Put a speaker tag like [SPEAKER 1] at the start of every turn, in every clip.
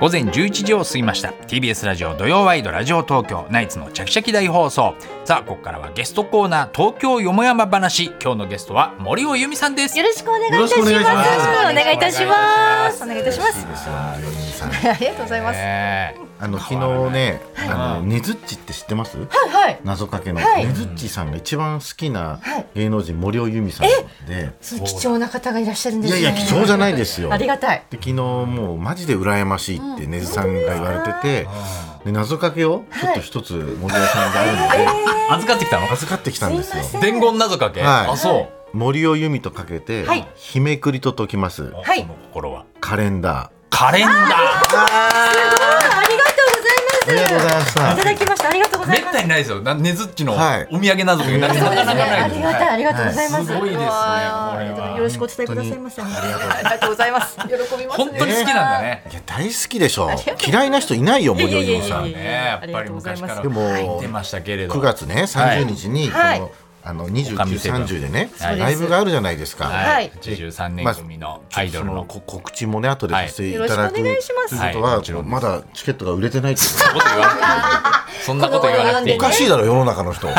[SPEAKER 1] 午前11時を過ぎました TBS ラジオ土曜ワイドラジオ東京ナイツのチャキチャキ大放送さあここからはゲストコーナー東京よもやま話今日のゲストは森尾由美さんです
[SPEAKER 2] よろしくお願いいたします。
[SPEAKER 3] よろしくお願いします
[SPEAKER 2] お願いいたします。お願いいたしま
[SPEAKER 3] いい
[SPEAKER 2] す。
[SPEAKER 3] ですよね、レミさん。
[SPEAKER 2] ありがとうございます。
[SPEAKER 1] え
[SPEAKER 3] あの昨日ね、あのねずっちって知ってます？
[SPEAKER 2] はい。
[SPEAKER 3] 謎かけの、
[SPEAKER 2] はい
[SPEAKER 3] ねずっちさんが一番好きな
[SPEAKER 2] はい
[SPEAKER 3] 芸能人森尾由美さんで、
[SPEAKER 2] すごい貴重な方がいらっしゃるんで
[SPEAKER 3] い
[SPEAKER 2] す
[SPEAKER 3] や
[SPEAKER 2] ね。
[SPEAKER 3] いや貴重じゃないですよ。
[SPEAKER 2] あり
[SPEAKER 3] で
[SPEAKER 2] がたい。
[SPEAKER 3] 昨日もうマジで羨ましいってねずさんが言われてて、で謎かけをちょっと一つ森尾さんがあるので
[SPEAKER 1] ー預かってきたの
[SPEAKER 3] 預かってきたんですよ。
[SPEAKER 1] 伝言謎かけ、
[SPEAKER 3] はい
[SPEAKER 1] あそう
[SPEAKER 3] 森尾由美とかけて、
[SPEAKER 2] はい
[SPEAKER 3] 日めくりと解きます
[SPEAKER 2] はい
[SPEAKER 1] その心は
[SPEAKER 3] カレンダ
[SPEAKER 1] カレンダー
[SPEAKER 2] ありがと
[SPEAKER 3] ー。ありがとうございまし
[SPEAKER 2] うございます。いた
[SPEAKER 3] た。
[SPEAKER 2] だきました。ありがとうござ
[SPEAKER 1] め
[SPEAKER 2] い
[SPEAKER 1] っ
[SPEAKER 2] ま
[SPEAKER 1] た
[SPEAKER 2] す。
[SPEAKER 1] にないですよなねずっちのお
[SPEAKER 3] はい
[SPEAKER 1] 土産謎かけなか
[SPEAKER 2] そうで
[SPEAKER 1] な
[SPEAKER 2] す
[SPEAKER 1] か
[SPEAKER 2] ね。
[SPEAKER 1] な
[SPEAKER 2] あ
[SPEAKER 1] いです
[SPEAKER 2] り
[SPEAKER 1] よ
[SPEAKER 2] がたい。ありがとうございます。
[SPEAKER 1] すごいですね
[SPEAKER 2] うわ
[SPEAKER 1] これは
[SPEAKER 2] ーよろしくお伝えくださいませ。ありがとうございます。喜びます。
[SPEAKER 1] 本当に好きなんだね
[SPEAKER 3] いや大好きでしょ。嫌いな人いないよ森尾由美さん。
[SPEAKER 2] いやいやいやいや
[SPEAKER 1] ねやっぱり昔から
[SPEAKER 2] あ
[SPEAKER 3] りがとうございます
[SPEAKER 1] 出てましたけれど
[SPEAKER 3] 9月ね30日にこの、
[SPEAKER 2] はい
[SPEAKER 3] あの
[SPEAKER 1] 女将セブン
[SPEAKER 3] 2930でね
[SPEAKER 1] はい
[SPEAKER 3] ライブがあるじゃないですか、
[SPEAKER 1] はい
[SPEAKER 2] はい
[SPEAKER 1] 83年組のアイドル
[SPEAKER 3] その
[SPEAKER 1] の
[SPEAKER 3] こ告知もね後でさせていただく、
[SPEAKER 2] はいよろしくお願いします
[SPEAKER 3] ということ
[SPEAKER 1] はい
[SPEAKER 3] は、
[SPEAKER 1] もちろんです
[SPEAKER 3] まだチケットが売れてないってこ
[SPEAKER 1] そんなこと言わなくていいそんなこと言わなくていい
[SPEAKER 3] とおかしいだろ世の中の人
[SPEAKER 2] ね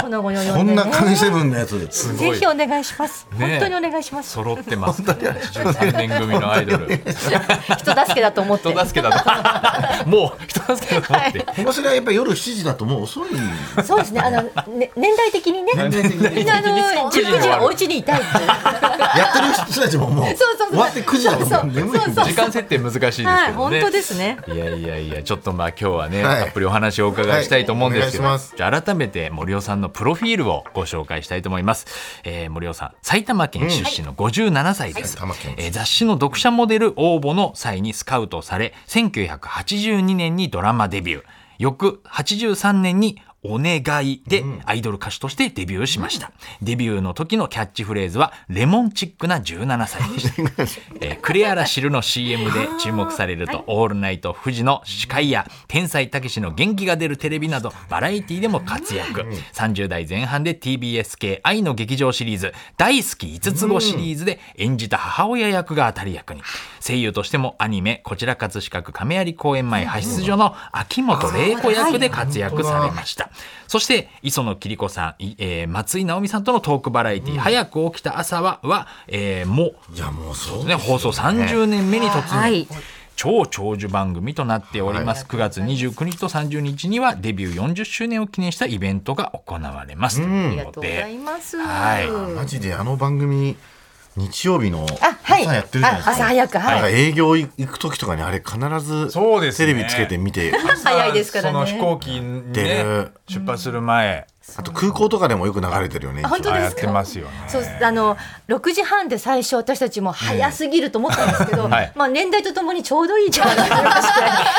[SPEAKER 2] このご用意
[SPEAKER 3] こんな金セブンのやつです
[SPEAKER 1] ごい
[SPEAKER 2] ぜひお願いします。
[SPEAKER 1] ね
[SPEAKER 2] 本当にお願いします。
[SPEAKER 1] 揃ってます83年組のアイドル
[SPEAKER 2] 人助けだと思って。
[SPEAKER 1] 人助けだともう人助けだと思って
[SPEAKER 3] この世代やっぱり夜7時だともう 遅い
[SPEAKER 2] そうですね。あのね年代的にね。
[SPEAKER 3] 年代的に
[SPEAKER 2] みんなあの
[SPEAKER 1] 時に
[SPEAKER 2] 19時はお家にいたいっていう。
[SPEAKER 3] やってる人たちももう
[SPEAKER 2] そうそうそう
[SPEAKER 3] 終わって9時だともう眠い
[SPEAKER 2] そ
[SPEAKER 3] ん
[SPEAKER 2] う
[SPEAKER 3] で
[SPEAKER 2] そう
[SPEAKER 1] 時間設定難しいですけどね、
[SPEAKER 2] はい、本当ですね。
[SPEAKER 1] いやいやいやちょっとまあ今日はね、
[SPEAKER 3] はい
[SPEAKER 1] たっぷりお話をお伺いしたいと思うんですけど、
[SPEAKER 3] はいお願いします
[SPEAKER 1] じゃあ改めて森尾さんのプロフィールをご紹介したいと思います、えー森尾さん埼玉県出身の57歳です、
[SPEAKER 3] はい埼玉県
[SPEAKER 1] えー雑誌の読者モデル応募の際にスカウトされ1982年にドラマデビュー翌83年にお願いでアイドル歌手としてデビューしました、デビューの時のキャッチフレーズはレモンチックな17歳で したえークレアラ汁の CM で注目されると「オールナイト富士」の司会や「天才たけしの元気が出るテレビ」などバラエティでも活躍30代前半で TBS 系「愛の劇場」シリーズ「大好き5つ子」シリーズで演じた母親役が当たり役に声優としてもアニメ「こちら葛飾亀有公演前派出所」の秋元玲子役で活躍されましたそして磯野桐子さん、いえー松井直美さんとのトークバラエティ「早く起きた朝は」は、えーも
[SPEAKER 3] いやもうそう
[SPEAKER 1] ね、放送30年目に突入、
[SPEAKER 2] はい
[SPEAKER 1] 超長寿番組となっております、9月29日と30日にはデビュー40周年を記念したイベントが行われます、
[SPEAKER 2] あ
[SPEAKER 1] と
[SPEAKER 2] り
[SPEAKER 1] い
[SPEAKER 2] が
[SPEAKER 1] うこと
[SPEAKER 2] うござい
[SPEAKER 1] で
[SPEAKER 2] ます。
[SPEAKER 1] はい
[SPEAKER 3] マジであの番組日曜日の
[SPEAKER 2] あ、は
[SPEAKER 3] 朝
[SPEAKER 2] い。
[SPEAKER 3] やってるじゃないですか、
[SPEAKER 2] あ朝早く、
[SPEAKER 3] なん
[SPEAKER 2] は
[SPEAKER 3] か
[SPEAKER 2] い。
[SPEAKER 3] 営業行く時とかにあれ必ず
[SPEAKER 1] そうです
[SPEAKER 3] テ
[SPEAKER 1] ね
[SPEAKER 3] レビつけて見て、
[SPEAKER 2] 早いですからね
[SPEAKER 1] その飛行機に、
[SPEAKER 3] で
[SPEAKER 1] ね、出発する前
[SPEAKER 3] あと空港とかでもよく流れてるよね。
[SPEAKER 2] あ本当
[SPEAKER 1] あ
[SPEAKER 2] で
[SPEAKER 1] や
[SPEAKER 2] す
[SPEAKER 1] っ
[SPEAKER 2] か。
[SPEAKER 1] てますよね
[SPEAKER 2] そうあの6時半で最初私たちも早すぎると思ったんですけど、
[SPEAKER 1] はい
[SPEAKER 2] まあ、年代とともにちょうどいい時間がありま して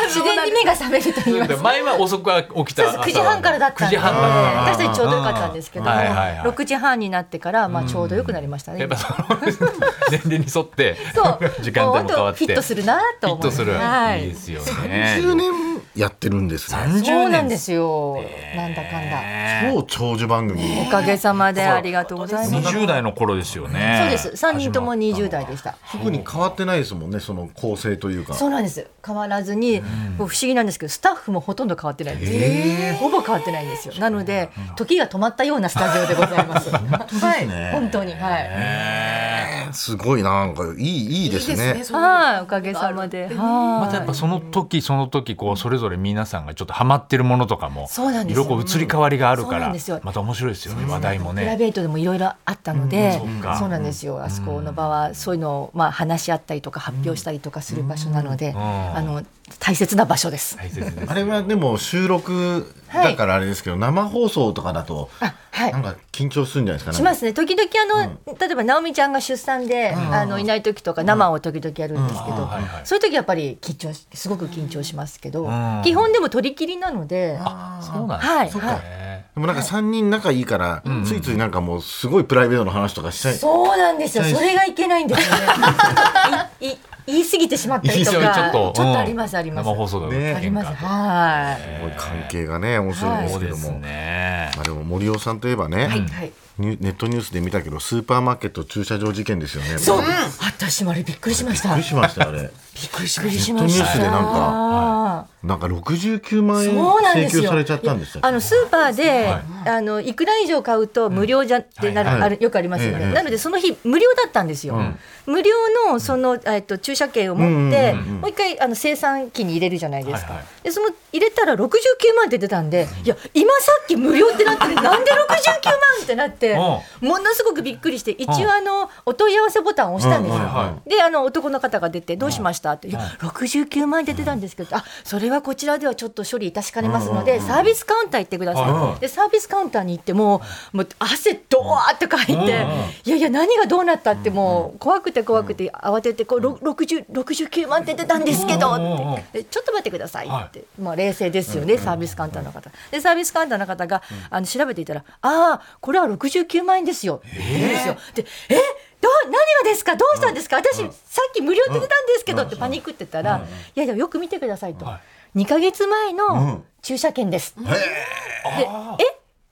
[SPEAKER 2] 自然に目が覚めると言いますか
[SPEAKER 1] 前は遅くは起きた
[SPEAKER 2] そう9時半からだったん
[SPEAKER 1] 9
[SPEAKER 2] で
[SPEAKER 1] 時半から
[SPEAKER 2] 私たちちょうどよかったんですけども、
[SPEAKER 1] はいはいはい
[SPEAKER 2] 6時半になってから、まあ、ちょうどよくなりましたね
[SPEAKER 1] やっぱその年齢に沿って
[SPEAKER 2] そう
[SPEAKER 1] 時間帯も変わって
[SPEAKER 2] もう本当フィットするなと思
[SPEAKER 1] フ
[SPEAKER 2] い
[SPEAKER 1] ィット
[SPEAKER 2] ます
[SPEAKER 1] する、、
[SPEAKER 2] はい
[SPEAKER 1] い
[SPEAKER 2] い
[SPEAKER 1] ですよね
[SPEAKER 3] 10年やってるんですね。
[SPEAKER 1] 30
[SPEAKER 2] そうなん
[SPEAKER 1] 年
[SPEAKER 2] ですよ、なんだかんだ
[SPEAKER 3] 超長寿番組。
[SPEAKER 2] おかげさまでありがとうございます
[SPEAKER 1] 20代の頃ですよね。
[SPEAKER 2] そうです3人とも20代でした
[SPEAKER 3] 特に変わってないですもんね、その構成というか。
[SPEAKER 2] そうなんです変わらずに、もう不思議なんですけどスタッフもほとんど変わってないんですほぼ変わってないんですよなので時が止まったようなスタジオでございます はい本当にはい
[SPEAKER 3] すごいなんかいいいいですね。
[SPEAKER 2] はいおかげさまで
[SPEAKER 1] またやっぱその時その時こうそれぞれ皆さんがちょっとハマってるものとかも
[SPEAKER 2] そうなんですよ
[SPEAKER 1] 色こう移り変わりがあるか
[SPEAKER 2] そうな
[SPEAKER 1] ら
[SPEAKER 2] んですよ
[SPEAKER 1] また面白いですよね話題も
[SPEAKER 2] プライ
[SPEAKER 1] ね。
[SPEAKER 2] ベートでもいろいろあったので、
[SPEAKER 1] うんそう
[SPEAKER 2] そ
[SPEAKER 1] か
[SPEAKER 2] うなんですよ、あそこの場はそういうのを、まあ、話し合ったりとか発表したりとかする場所なので、
[SPEAKER 1] ん
[SPEAKER 2] あの大切な場所です。
[SPEAKER 1] 大切ですね
[SPEAKER 3] あれはでも収録だからあれですけど、生放送とかだと
[SPEAKER 2] あはい
[SPEAKER 3] なんか緊張するんじゃないですかね。
[SPEAKER 2] しますね時々あの、例えば直美ちゃんが出産で、あのいない時とか生を時々やるんですけど、
[SPEAKER 1] はいはい
[SPEAKER 2] そういう時やっぱり緊張しすごく緊張しますけど、
[SPEAKER 1] ん
[SPEAKER 2] 基本でも取り切りなので、
[SPEAKER 1] そうなん
[SPEAKER 2] はい、
[SPEAKER 1] ですね
[SPEAKER 2] はい、
[SPEAKER 3] でもなんか三人仲いいから、ついついなんかもうすごいプライベートの話とかしたい。
[SPEAKER 2] そうなんですよそれがいけないんですよねいい言い過ぎてしまったりとか、
[SPEAKER 1] 言い
[SPEAKER 2] ち
[SPEAKER 1] 過ぎちょ
[SPEAKER 2] ょ
[SPEAKER 1] っ
[SPEAKER 2] っ
[SPEAKER 1] と
[SPEAKER 2] とありますあります。
[SPEAKER 1] 生放送が
[SPEAKER 3] ね
[SPEAKER 2] あります。は
[SPEAKER 3] こういう関係がね面白いん
[SPEAKER 1] い
[SPEAKER 3] で
[SPEAKER 1] そ
[SPEAKER 3] す
[SPEAKER 1] う
[SPEAKER 3] け
[SPEAKER 1] で
[SPEAKER 3] ど
[SPEAKER 1] す
[SPEAKER 3] も、
[SPEAKER 1] ね
[SPEAKER 3] まあでも森尾さんといえばね、
[SPEAKER 2] い。はい。
[SPEAKER 3] ニュネットニュースで見たけどスーパーマーケット駐車場事件ですよね
[SPEAKER 2] そう
[SPEAKER 3] びっ。
[SPEAKER 2] 私もあれびっくりしました。
[SPEAKER 3] く
[SPEAKER 2] び
[SPEAKER 3] りしましたあれ
[SPEAKER 2] っくりしました。
[SPEAKER 3] ネットニュースでなんか
[SPEAKER 2] か。
[SPEAKER 3] なんか69万円
[SPEAKER 2] そうなんで
[SPEAKER 3] 請
[SPEAKER 2] すよ。
[SPEAKER 3] 求されちゃったんでしたっけ
[SPEAKER 2] あのスーパーで、い、あのいくら以上買うと無料じゃってなる、
[SPEAKER 3] はいはい
[SPEAKER 2] あるよくありますよね。
[SPEAKER 3] ええ
[SPEAKER 2] なのでその日無料だったんですよ。無料のそのえっと駐車券を持って、
[SPEAKER 3] うんうんうんうん
[SPEAKER 2] もう一回あの生産機に入れるじゃないですか。
[SPEAKER 1] はいはい
[SPEAKER 2] でその入れたら69万って出たんで、いや今さっき無料ってなってるなんで69万ってなって、
[SPEAKER 1] うん
[SPEAKER 2] ものすごくびっくりして一応あのお問い合わせボタンを押したんですよ。
[SPEAKER 3] うんはいは
[SPEAKER 2] であの男の方が出て「どうしました?」って「いや69万円で出たんですけどあそれはこちらではちょっと処理いたしかねますのでサービスカウンター行ってくださ
[SPEAKER 1] うん
[SPEAKER 2] い」でサービスカウンターに行ってもうもう汗ドワーってかいて「
[SPEAKER 1] うん
[SPEAKER 2] いやいや何がどうなった?」ってもう怖くて怖くて慌ててこうろ60 69万円で出たんですけど
[SPEAKER 1] うんうんうん
[SPEAKER 2] って。でちょっと待ってください
[SPEAKER 1] は
[SPEAKER 2] って、まあ、冷静ですよね、サービスカウンターの方でサービスカウンターの方が、あの調べていたら「ああこれは69万円ですよ」って言うんですよ。で「えどう何がですかどうしたんですか、私さっき無料って出たんですけど」ってパニックってたら「いやいやよく見てください」と
[SPEAKER 1] は
[SPEAKER 2] 「2か月前の
[SPEAKER 3] ん
[SPEAKER 2] 駐車券です」でえ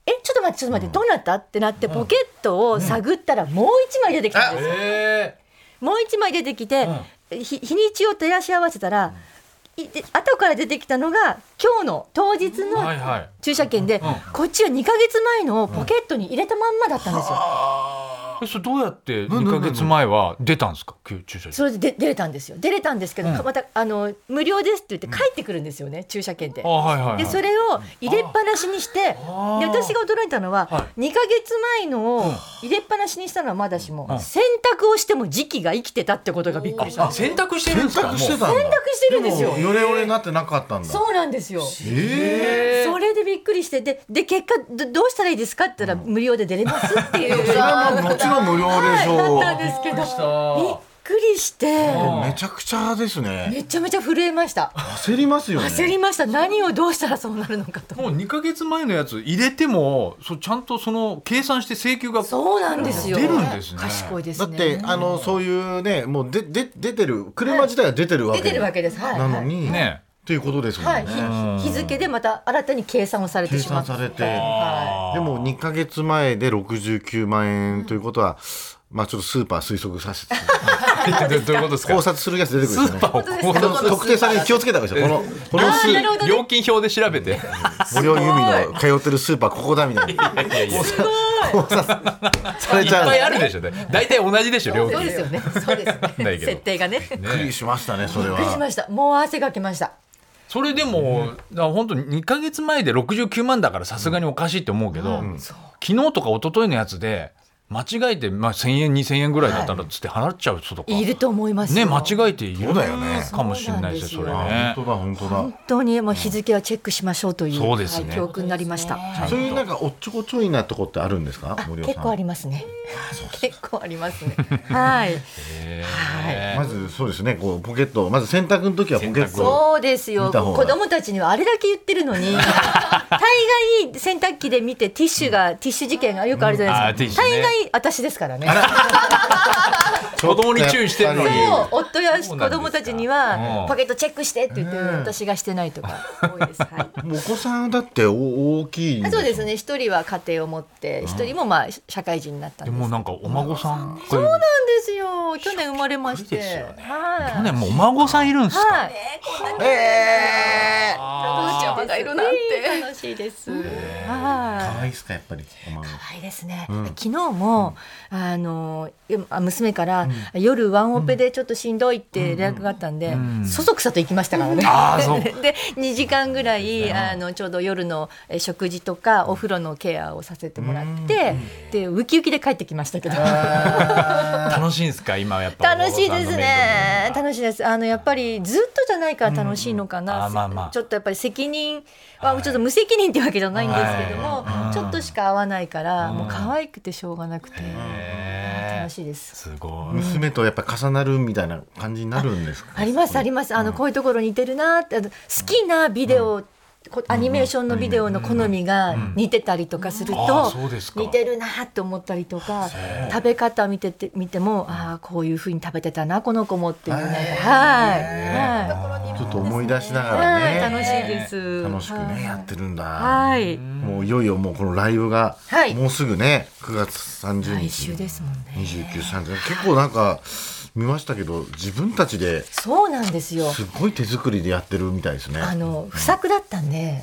[SPEAKER 2] えちょっと待ってちょっと待ってどうなった?」ってなってポケットを探ったらもう1枚出てきたんですよ
[SPEAKER 1] え
[SPEAKER 2] もう一枚出てきて、ひ日にちを照らし合わせたら、いで後から出てきたのが今日の当日
[SPEAKER 1] ーはい
[SPEAKER 2] の
[SPEAKER 1] はい
[SPEAKER 2] 駐車券で、こっちは2か月前のをポケットに入れたまんまだったんですよ、
[SPEAKER 1] えそれどうやって二ヶ月前は出たんですか急駐車場
[SPEAKER 2] それでで出れたんですよ出れたんですけど、
[SPEAKER 1] うん
[SPEAKER 2] またあの無料ですって言って帰ってくるんですよね、駐車券って
[SPEAKER 1] あ。はいはいはい
[SPEAKER 2] でそれを入れっぱなしにしてで
[SPEAKER 1] あー
[SPEAKER 2] 私が驚いたのは
[SPEAKER 1] は
[SPEAKER 2] 2か月前のを入れっぱなしにしたのはまだしも
[SPEAKER 1] うん
[SPEAKER 2] 洗濯をしても時期が生きてたってことがびっくりした
[SPEAKER 1] あ洗濯してるんですか
[SPEAKER 3] 洗濯して
[SPEAKER 1] もう
[SPEAKER 3] たんだ洗
[SPEAKER 2] 洗濯してるんですよ
[SPEAKER 3] ヨレヨレになってなかったんだ
[SPEAKER 2] そうなんですよ
[SPEAKER 1] え
[SPEAKER 2] それでびっくりしてでで結果どどうしたらいいですかって言ったら無料で出れますっていう
[SPEAKER 3] それはもうもちろん無料でしょう、
[SPEAKER 2] だったんですけどびっ
[SPEAKER 1] ー
[SPEAKER 2] くりして
[SPEAKER 1] ん
[SPEAKER 3] めちゃくちゃですね
[SPEAKER 2] めちゃめちゃ震えました
[SPEAKER 3] 焦りますよね
[SPEAKER 2] 焦りました何をどうしたらそうなるのかと
[SPEAKER 1] もう二ヶ月前のやつ入れてもそうちゃんとその計算して請求が
[SPEAKER 2] そうなんですよ
[SPEAKER 1] 出るんですね
[SPEAKER 2] 賢いです
[SPEAKER 3] だっ
[SPEAKER 2] ね
[SPEAKER 3] て、あのそういうねもうでで出てる車自体は出てるわけ
[SPEAKER 2] 出てるわけですはい
[SPEAKER 3] なのに、
[SPEAKER 1] ね
[SPEAKER 3] ということですもんね、
[SPEAKER 2] はい、はい日日付でまた新たに計算をされて
[SPEAKER 3] 計
[SPEAKER 2] しまっ
[SPEAKER 3] 算
[SPEAKER 2] た
[SPEAKER 3] されて、
[SPEAKER 2] は
[SPEAKER 3] でも2か月前で69万円ということは、まあちょっとスーパー推測させて
[SPEAKER 1] どういうことです
[SPEAKER 3] 考
[SPEAKER 1] か
[SPEAKER 3] 察するやつ出てくるんですよね
[SPEAKER 1] スーパーを
[SPEAKER 3] こ
[SPEAKER 2] 本当ですか
[SPEAKER 3] の特定されに気をつけた方がいいですよこのこのス
[SPEAKER 2] あーなる
[SPEAKER 3] ー
[SPEAKER 2] ほどね
[SPEAKER 1] 料金表で調べて
[SPEAKER 3] 森尾由美の通ってるスーパーここだみた いな考察され
[SPEAKER 1] いっ
[SPEAKER 3] ちゃう
[SPEAKER 1] ぱい
[SPEAKER 3] び
[SPEAKER 1] あるでしょね大体同じでしょ料
[SPEAKER 2] そう
[SPEAKER 1] 金
[SPEAKER 2] ですよねそうです
[SPEAKER 1] ない
[SPEAKER 2] ね
[SPEAKER 1] けど
[SPEAKER 2] 設定がねびっ
[SPEAKER 3] っくりしましたねそれ
[SPEAKER 2] くりし
[SPEAKER 3] は。
[SPEAKER 2] ましたもう汗かきました
[SPEAKER 1] それでも、だから本当に2か月前で69万だからさすがにおかしいって思うけど、昨日とか一昨日のやつで間違えて、まあ、1,000円2,000円ぐらいだったらっつって払っちゃう人とか、
[SPEAKER 2] いると思います
[SPEAKER 1] ね
[SPEAKER 2] よ
[SPEAKER 1] 間違えている
[SPEAKER 3] そうだよね
[SPEAKER 1] かもしれないです
[SPEAKER 2] そ
[SPEAKER 1] よ
[SPEAKER 2] う
[SPEAKER 1] それ
[SPEAKER 2] な
[SPEAKER 3] あ
[SPEAKER 1] ね。
[SPEAKER 3] 本当だ本当だ。
[SPEAKER 2] 本当にもう日付はチェックしましょうという
[SPEAKER 1] そうですね
[SPEAKER 2] はい教訓になりました。
[SPEAKER 3] そういうなんかおっちょこちょいなとこってあるんですか
[SPEAKER 2] あ
[SPEAKER 3] 森尾さん
[SPEAKER 2] 結構ありますね。結構ありますね。はい。はい。
[SPEAKER 3] まずそうですねこうポケットまず洗濯の時はポケット
[SPEAKER 2] そうですよ。
[SPEAKER 3] 見た方が
[SPEAKER 2] 子供たちにはあれだけ言ってるのに、大概洗濯機で見てティッシュがティッシュ事件がよくあるじゃないですか。
[SPEAKER 1] うんあーティッシュね
[SPEAKER 2] 大概私ですからね。
[SPEAKER 1] 子供に注意してるのに
[SPEAKER 2] そう夫や
[SPEAKER 1] そ
[SPEAKER 2] 子
[SPEAKER 1] うなんですか
[SPEAKER 2] 供たちに
[SPEAKER 1] うん
[SPEAKER 2] はポケットチェックしてって言って私がしてないとか多いです。はい。
[SPEAKER 3] もうお子さんだってお大きいん
[SPEAKER 2] あ
[SPEAKER 3] で
[SPEAKER 2] そうですね一人は家庭を持って一人もまあ社会人になったん
[SPEAKER 1] で
[SPEAKER 2] です
[SPEAKER 1] もなんかお孫さんこれ
[SPEAKER 2] そうですよ去年生まれまして
[SPEAKER 1] びっくりですよね
[SPEAKER 2] はい
[SPEAKER 1] 去年もうお孫さんいるんですか、
[SPEAKER 2] はい
[SPEAKER 1] あ
[SPEAKER 2] がいるなんて楽しいです
[SPEAKER 3] 可
[SPEAKER 2] は
[SPEAKER 3] 愛いですかやっぱりお孫
[SPEAKER 2] い可愛いですね、昨日も、あのあ娘から、夜ワンオペでちょっとしんどいって連絡があったんで、
[SPEAKER 1] ん
[SPEAKER 2] そそくさと行きましたからね、
[SPEAKER 1] あーそう
[SPEAKER 2] で2時間ぐらいあのちょうど夜のえ食事とかお風呂のケアをさせてもらって、でウキウキで帰ってきましたけど。
[SPEAKER 1] 楽しいんですか今やっぱ
[SPEAKER 2] 楽しいですね。
[SPEAKER 1] しい
[SPEAKER 2] 楽しいです。あのやっぱりずっとじゃないから楽しいのか
[SPEAKER 1] うんうん
[SPEAKER 2] な。
[SPEAKER 1] あまあまあ
[SPEAKER 2] ちょっとやっぱり責任はちょっと無責任ってわけじゃないんですけども、
[SPEAKER 1] はい
[SPEAKER 2] ちょっとしか合わないから、もう可愛くてしょうがなくて楽しいです。
[SPEAKER 1] すごい
[SPEAKER 3] 娘とやっぱ重なるみたいな感じになるんですか
[SPEAKER 2] ありますあります。あのこういうところ似てるなってあの好きなビデオこアニメーションのビデオの好みが似てたりとかする
[SPEAKER 1] あー
[SPEAKER 2] と
[SPEAKER 1] そうですか
[SPEAKER 2] 似てるなって思ったりとか食べ方見てて見てもああこういうふうに食べてたなこの子もっていうなんかはいは
[SPEAKER 3] ちょっと思い出しなが
[SPEAKER 2] い
[SPEAKER 3] ら
[SPEAKER 2] はい
[SPEAKER 3] ね、
[SPEAKER 2] 楽しいです
[SPEAKER 3] 楽しく
[SPEAKER 2] はい
[SPEAKER 3] ねやってるんだ、
[SPEAKER 2] はい
[SPEAKER 3] もういよいよもうこのライブが、
[SPEAKER 2] はい
[SPEAKER 3] もうすぐね9月30
[SPEAKER 2] 来
[SPEAKER 3] 日
[SPEAKER 2] 週ですもんね
[SPEAKER 3] 29、30結構なんか見ましたけど自分たちで
[SPEAKER 2] そうなんですよ
[SPEAKER 3] すごい手作りでやってるみたいですね
[SPEAKER 2] あの不作だったんで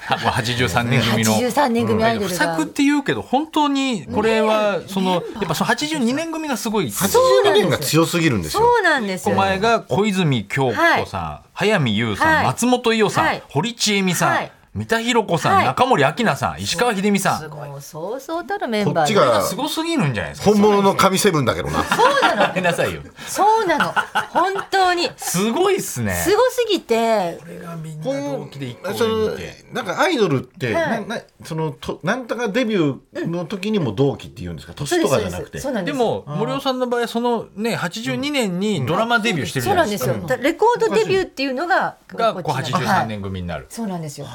[SPEAKER 1] はもう83年組の。
[SPEAKER 2] 83年組アイド
[SPEAKER 1] 不
[SPEAKER 2] ルが
[SPEAKER 1] 作って言うけど本当にこれはそのやっぱその82年組がすごい
[SPEAKER 3] 82年が強すぎるんですよ
[SPEAKER 2] そうなんですよ
[SPEAKER 1] 前が小泉今日子さん、早見優さん、
[SPEAKER 2] はい
[SPEAKER 1] 松本伊代さん、
[SPEAKER 2] はい
[SPEAKER 1] 堀ちえみさん、
[SPEAKER 2] はい
[SPEAKER 1] 三田寛子さん、
[SPEAKER 2] はい
[SPEAKER 1] 中森明菜さん石川秀美さんこ
[SPEAKER 2] もうそうそうたるメン
[SPEAKER 3] こ
[SPEAKER 2] バ
[SPEAKER 3] っ
[SPEAKER 2] ー
[SPEAKER 3] ち
[SPEAKER 2] で
[SPEAKER 3] が
[SPEAKER 1] すごすぎるんじゃないですか
[SPEAKER 3] 本物の神セブンだけどな
[SPEAKER 1] ごめんなさいよ
[SPEAKER 2] そうなの本当に
[SPEAKER 1] すごいっすね
[SPEAKER 2] すごすぎて
[SPEAKER 1] これがみんな
[SPEAKER 3] 本
[SPEAKER 1] 一
[SPEAKER 3] そ
[SPEAKER 1] 上
[SPEAKER 3] の
[SPEAKER 1] にて
[SPEAKER 3] なんかアイドルって、
[SPEAKER 2] は
[SPEAKER 3] ないなそのとなんとかデビューの時にも同期って言うんですか年とかじゃなくて
[SPEAKER 2] そうなん
[SPEAKER 1] で
[SPEAKER 2] です
[SPEAKER 1] も森尾さんの場合そのね82年にドラマデビューしてるじ
[SPEAKER 2] そ
[SPEAKER 1] ゃ
[SPEAKER 2] う
[SPEAKER 1] な
[SPEAKER 2] ないん
[SPEAKER 1] で
[SPEAKER 2] ですす
[SPEAKER 1] か
[SPEAKER 2] よ。だレコードデビューっていうのが
[SPEAKER 1] がこう
[SPEAKER 2] こっちなの
[SPEAKER 1] 83
[SPEAKER 2] はい
[SPEAKER 1] 年組になる、
[SPEAKER 2] そうなんですよ。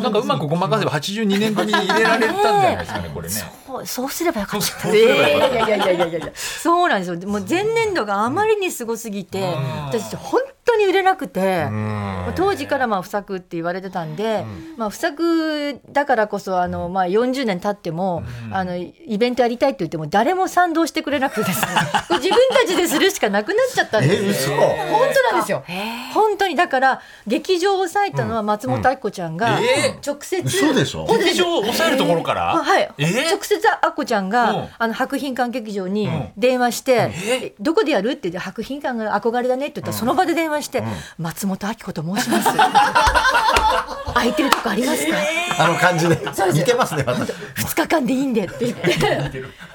[SPEAKER 1] なんかうまくごまかせば82年組に入れられたんじゃないですかねこれね
[SPEAKER 2] そうそうすればよかっ
[SPEAKER 1] そ
[SPEAKER 2] た。
[SPEAKER 1] う
[SPEAKER 2] い
[SPEAKER 1] すれば
[SPEAKER 2] やいやいやいやいやいやいや。そうなんですよ。もう前年度があまりにすごすぎて、私本当に売れなくて、まあ当時からまあ不作って言われてたんで、まあ不作だからこそあのまあ40年経ってもあのイベントやりたいって言っても誰も賛同してくれなくてです ね、これ自分たちでするしかなくなっちゃったんです
[SPEAKER 3] え
[SPEAKER 2] よ。
[SPEAKER 3] 嘘
[SPEAKER 2] 本当なんですよ。本当にだから劇場を抑えたのは松本明子ちゃんが
[SPEAKER 1] うんえ
[SPEAKER 2] 直接、
[SPEAKER 3] 嘘でしょ
[SPEAKER 1] 劇場を抑えるところから、
[SPEAKER 2] あはい、
[SPEAKER 1] えー
[SPEAKER 2] 直接あっこちゃんが、
[SPEAKER 1] うん
[SPEAKER 2] あの博品館劇場に
[SPEAKER 1] ん
[SPEAKER 2] 電話して、
[SPEAKER 1] え
[SPEAKER 2] どこでやるって言って博品館が憧れだねって言ったら、その場で電話して、松本明子と申します 空いてるとこありますか、
[SPEAKER 3] あの感じで似てますね私2
[SPEAKER 2] 2日間でいいんでって言って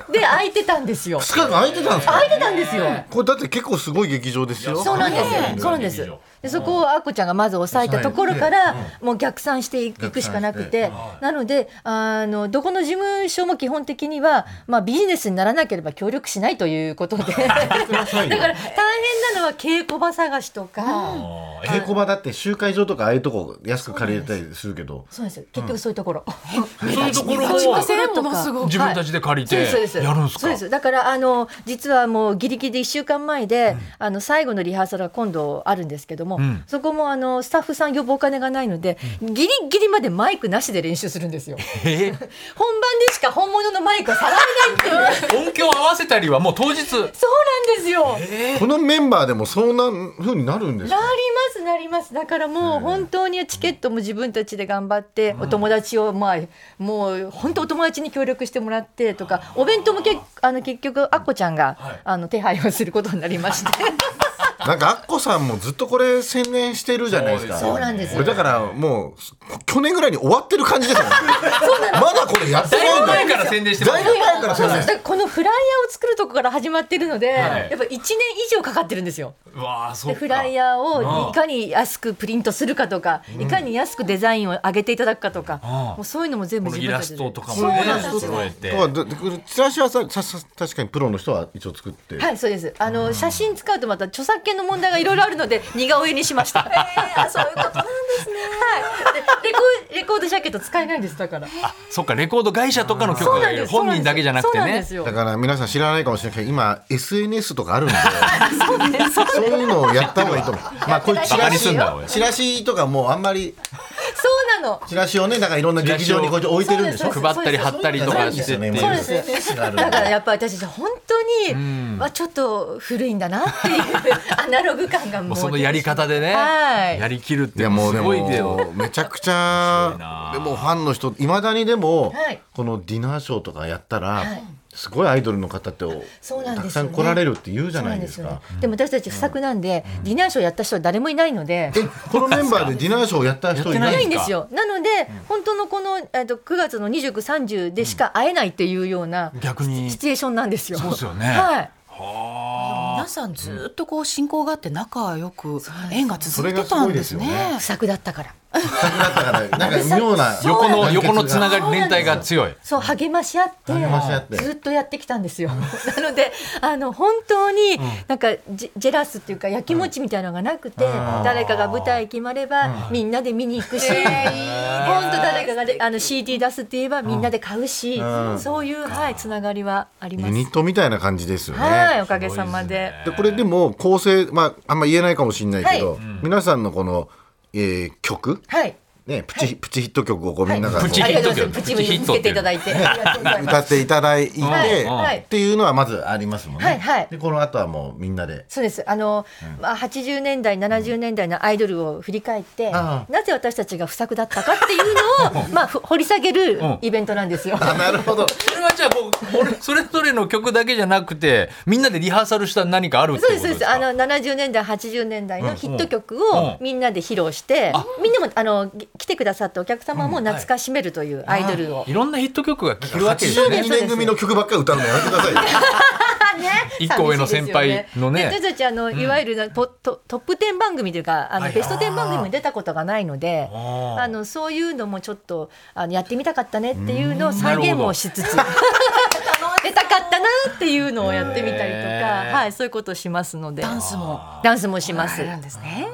[SPEAKER 2] で空いてたんですよ
[SPEAKER 3] 日間空いてたんですか
[SPEAKER 2] 空いてたんですよ、
[SPEAKER 3] これだって結構すごい劇場ですよ
[SPEAKER 2] そうなんですよ
[SPEAKER 1] う。ん
[SPEAKER 2] そうなんです
[SPEAKER 1] うん。
[SPEAKER 2] でそこをあこちゃんがまず抑えたところからもう逆算していくしかなくて、なのであのどこの事務所も基本的にはまあビジネスにならなければ協力しないということ で、だから
[SPEAKER 3] ください
[SPEAKER 2] 大
[SPEAKER 3] よ
[SPEAKER 2] 変なのは稽古場探しとか、
[SPEAKER 3] 稽古場だって集会場とかああいうとこ安く借りれたりするけど
[SPEAKER 2] そうなんですよ。結局そういうとこ ろ。
[SPEAKER 1] そういうところ
[SPEAKER 2] そういう
[SPEAKER 1] を
[SPEAKER 2] ところと
[SPEAKER 4] ものすご
[SPEAKER 2] か
[SPEAKER 4] い
[SPEAKER 1] 自分たちで借りて
[SPEAKER 2] そうですそうです
[SPEAKER 1] やるんです
[SPEAKER 2] そ
[SPEAKER 1] か
[SPEAKER 2] うですだからあの実はもうギリギリで1週間前で、あの最後のリハーサルが今度あるんですけども、
[SPEAKER 1] ん
[SPEAKER 2] そこもあのスタッフさん呼ぶお金がないので、ギリギリまでマイクなしで練習するんですよ
[SPEAKER 1] え
[SPEAKER 2] 本番でしか本物のマイクはさられない っていう
[SPEAKER 1] ー音響合わせたりはもう当日
[SPEAKER 2] そうなんですよ、
[SPEAKER 3] このメンバーでもそんな風になるんです
[SPEAKER 2] な
[SPEAKER 3] か
[SPEAKER 2] りますなりますだからもう本当にチケットも自分たちで頑張って、お友達をまあもう本当お友達に協力してもらってとかお弁当もけあの結局あっこちゃんが、あの手配をすることになりまして。
[SPEAKER 3] なんかアッコさんもずっとこれ専念してるじゃないですか
[SPEAKER 2] そうなんです
[SPEAKER 3] こ
[SPEAKER 2] よ
[SPEAKER 3] れだからもう去年ぐらいに終わってる感じですよねまだこれやって
[SPEAKER 1] だ
[SPEAKER 3] ないいん
[SPEAKER 1] ぶ前
[SPEAKER 3] だよ
[SPEAKER 1] から宣伝してま
[SPEAKER 3] だい
[SPEAKER 1] すよ
[SPEAKER 3] ぶ前から
[SPEAKER 2] そ
[SPEAKER 3] 宣
[SPEAKER 2] う
[SPEAKER 3] 伝
[SPEAKER 2] だ
[SPEAKER 3] し
[SPEAKER 2] か
[SPEAKER 3] て
[SPEAKER 2] らこのフライヤーを作るとこから始まってるので、
[SPEAKER 1] はい
[SPEAKER 2] やっぱ1年以上かかってるんですよ。
[SPEAKER 1] うわあそ
[SPEAKER 2] で
[SPEAKER 1] うか
[SPEAKER 2] フライヤーをいかに安くプリントするかとか、いかに安くデザインを上げていただくかとか、もうそういうのも全部
[SPEAKER 1] この
[SPEAKER 2] 自
[SPEAKER 1] イ
[SPEAKER 2] 分
[SPEAKER 1] ラ
[SPEAKER 2] たち
[SPEAKER 1] ス
[SPEAKER 2] で。
[SPEAKER 1] トとか
[SPEAKER 2] そ
[SPEAKER 1] も
[SPEAKER 2] う
[SPEAKER 1] ね
[SPEAKER 2] なんです
[SPEAKER 1] 揃
[SPEAKER 2] よ
[SPEAKER 1] えて
[SPEAKER 3] だからだこれチラシはさささ確かにプロの人は一応作って
[SPEAKER 2] はい、そうです。あの、写真使うとまた著作権の問題がいろいろあるので、似顔絵にしま した。そういうことなんですね。 はい。でレコー、レコードジャケット使えないんです、だから。
[SPEAKER 1] あそっかレコード会社とかの曲
[SPEAKER 2] そう
[SPEAKER 1] が
[SPEAKER 2] なんです。
[SPEAKER 1] 本人だけじゃなくて
[SPEAKER 2] そうなん
[SPEAKER 1] ね
[SPEAKER 2] ですよ
[SPEAKER 3] だ。から皆さん知らないかもしれないけど今 SNS と かあるんでそういうのをやった方がいいと思うまあこういうチ
[SPEAKER 1] バカ
[SPEAKER 3] ラ
[SPEAKER 1] にす
[SPEAKER 3] シ
[SPEAKER 1] んなおい
[SPEAKER 3] チラシとかもうあんまり
[SPEAKER 2] そうなの。
[SPEAKER 3] チラシをねだからいろんな劇場にこう置いてるんでしょ
[SPEAKER 2] そうです
[SPEAKER 1] 配ったり貼ったりとかしてっていう
[SPEAKER 2] そうです
[SPEAKER 3] があるんで
[SPEAKER 2] だからやっぱり私たち本当に、はちょっと古いんだなっていうアナログ感がも
[SPEAKER 1] も
[SPEAKER 2] う
[SPEAKER 1] うそのやり方でね
[SPEAKER 2] はい
[SPEAKER 1] やりきるって
[SPEAKER 3] いや
[SPEAKER 1] す
[SPEAKER 3] もうで
[SPEAKER 1] ごいけ
[SPEAKER 3] も
[SPEAKER 1] ど
[SPEAKER 3] めちゃくち
[SPEAKER 1] 白い
[SPEAKER 3] ゃ
[SPEAKER 1] な
[SPEAKER 3] でもファンの人いまだにでも、
[SPEAKER 2] はい
[SPEAKER 3] このディナーショーとかやったら、
[SPEAKER 2] い
[SPEAKER 3] すごいアイドルの方ってお
[SPEAKER 2] そうなん
[SPEAKER 3] た
[SPEAKER 2] で
[SPEAKER 3] く
[SPEAKER 2] すよ
[SPEAKER 3] さ
[SPEAKER 2] ね
[SPEAKER 3] ん来られるって言うじ
[SPEAKER 2] そ
[SPEAKER 3] ゃ
[SPEAKER 2] う
[SPEAKER 3] な
[SPEAKER 2] ないん
[SPEAKER 3] で
[SPEAKER 2] ですす
[SPEAKER 3] か
[SPEAKER 2] よねでも私たち不作なんで、ディナーショーやった人は誰もいないので
[SPEAKER 3] このメンバーでディナーショーやった人い
[SPEAKER 2] い
[SPEAKER 3] ない
[SPEAKER 2] なん
[SPEAKER 3] で
[SPEAKER 2] い
[SPEAKER 3] す
[SPEAKER 2] ん
[SPEAKER 3] か
[SPEAKER 2] ですよなので、本当のこの、えっと9月の29、30でしか会えないっていうような
[SPEAKER 1] 逆に
[SPEAKER 2] シチュエーションなんですよ。
[SPEAKER 1] そうですよね
[SPEAKER 2] はい
[SPEAKER 4] 皆さんずっとこう親交があって仲良く縁が続いてたんです
[SPEAKER 3] それがすごいですよ
[SPEAKER 4] ね
[SPEAKER 3] ね。
[SPEAKER 2] 不作だったから。
[SPEAKER 3] なくなったから、なんか妙な
[SPEAKER 1] 横の、横のつな
[SPEAKER 3] 繋
[SPEAKER 1] がり、連帯が強い。
[SPEAKER 2] そう励まし合って
[SPEAKER 3] 励まし合って
[SPEAKER 2] ずっとやってきたんですよ。 なのであの本当になんかジェジェラスっていうかやきもちみたいなのがなくて、誰かが舞台決まればみんなで見に行くし、本当誰かがであの CD 出すって言えばみんなで買うし、そういうはいつながりはありま
[SPEAKER 3] ユニッ
[SPEAKER 2] す。
[SPEAKER 3] トみたいな感じですよね。
[SPEAKER 2] はいおかげさまで。
[SPEAKER 3] でこれでも構成、まあ、あんま言えないかもしれないけど、皆さんのこの、えー曲、
[SPEAKER 2] はい。
[SPEAKER 3] ね、プチ、プチヒット曲をこうみんなが
[SPEAKER 2] は
[SPEAKER 3] こう
[SPEAKER 2] い
[SPEAKER 1] プチヒ
[SPEAKER 2] あり
[SPEAKER 1] ッ
[SPEAKER 2] が
[SPEAKER 1] ト
[SPEAKER 2] とう
[SPEAKER 1] っ
[SPEAKER 2] ご
[SPEAKER 1] て
[SPEAKER 2] ざ
[SPEAKER 1] い
[SPEAKER 2] いうま
[SPEAKER 1] の
[SPEAKER 2] す。プチブにつけていただいて。ありがとうございます
[SPEAKER 3] 歌っていただいて、
[SPEAKER 2] はいはい
[SPEAKER 3] っていうのはまずありますもんね。
[SPEAKER 2] はいはい
[SPEAKER 3] でこの後はもうみんなで
[SPEAKER 2] そうですあの、まあ、80年代70年代のアイドルを振り返って、
[SPEAKER 3] ああ
[SPEAKER 2] なぜ私たちが不作だったかっていうのをまあふ掘り下げる
[SPEAKER 1] うん
[SPEAKER 2] イベントなんですよ。
[SPEAKER 3] あなるほど
[SPEAKER 1] それはじゃあもう俺それぞれの曲だけじゃなくてみんなでリハーサルした何かあるってこ
[SPEAKER 2] そう
[SPEAKER 1] と
[SPEAKER 2] で
[SPEAKER 1] ですす
[SPEAKER 2] そ
[SPEAKER 1] か
[SPEAKER 2] うですあの70年代80年代のヒット曲を
[SPEAKER 1] うん
[SPEAKER 2] みんなで披露して、みんなもあのぎ来てくださったお客様も懐かしめるというアイドルを、
[SPEAKER 1] いろんなヒット曲が聴けるわけです
[SPEAKER 3] 82
[SPEAKER 1] ね
[SPEAKER 2] すそうで
[SPEAKER 3] 年組の曲ばっかり歌うのやめてくださいよ
[SPEAKER 2] ね
[SPEAKER 1] 一個上の先輩のね
[SPEAKER 2] 寂しいですよで私たちあの、いわゆるなトトトップ10番組というかあの、
[SPEAKER 1] はい
[SPEAKER 2] ベスト10番組に出たことがないので
[SPEAKER 1] あー
[SPEAKER 2] あのそういうのもちょっとあのやってみたかったねっていうのを再現もしつつ出たかったなっていうのをやってみたりと
[SPEAKER 1] へー
[SPEAKER 2] か、はい、そういうことをしますので
[SPEAKER 4] ダンスも
[SPEAKER 2] ダンスもします。
[SPEAKER 4] なんですね。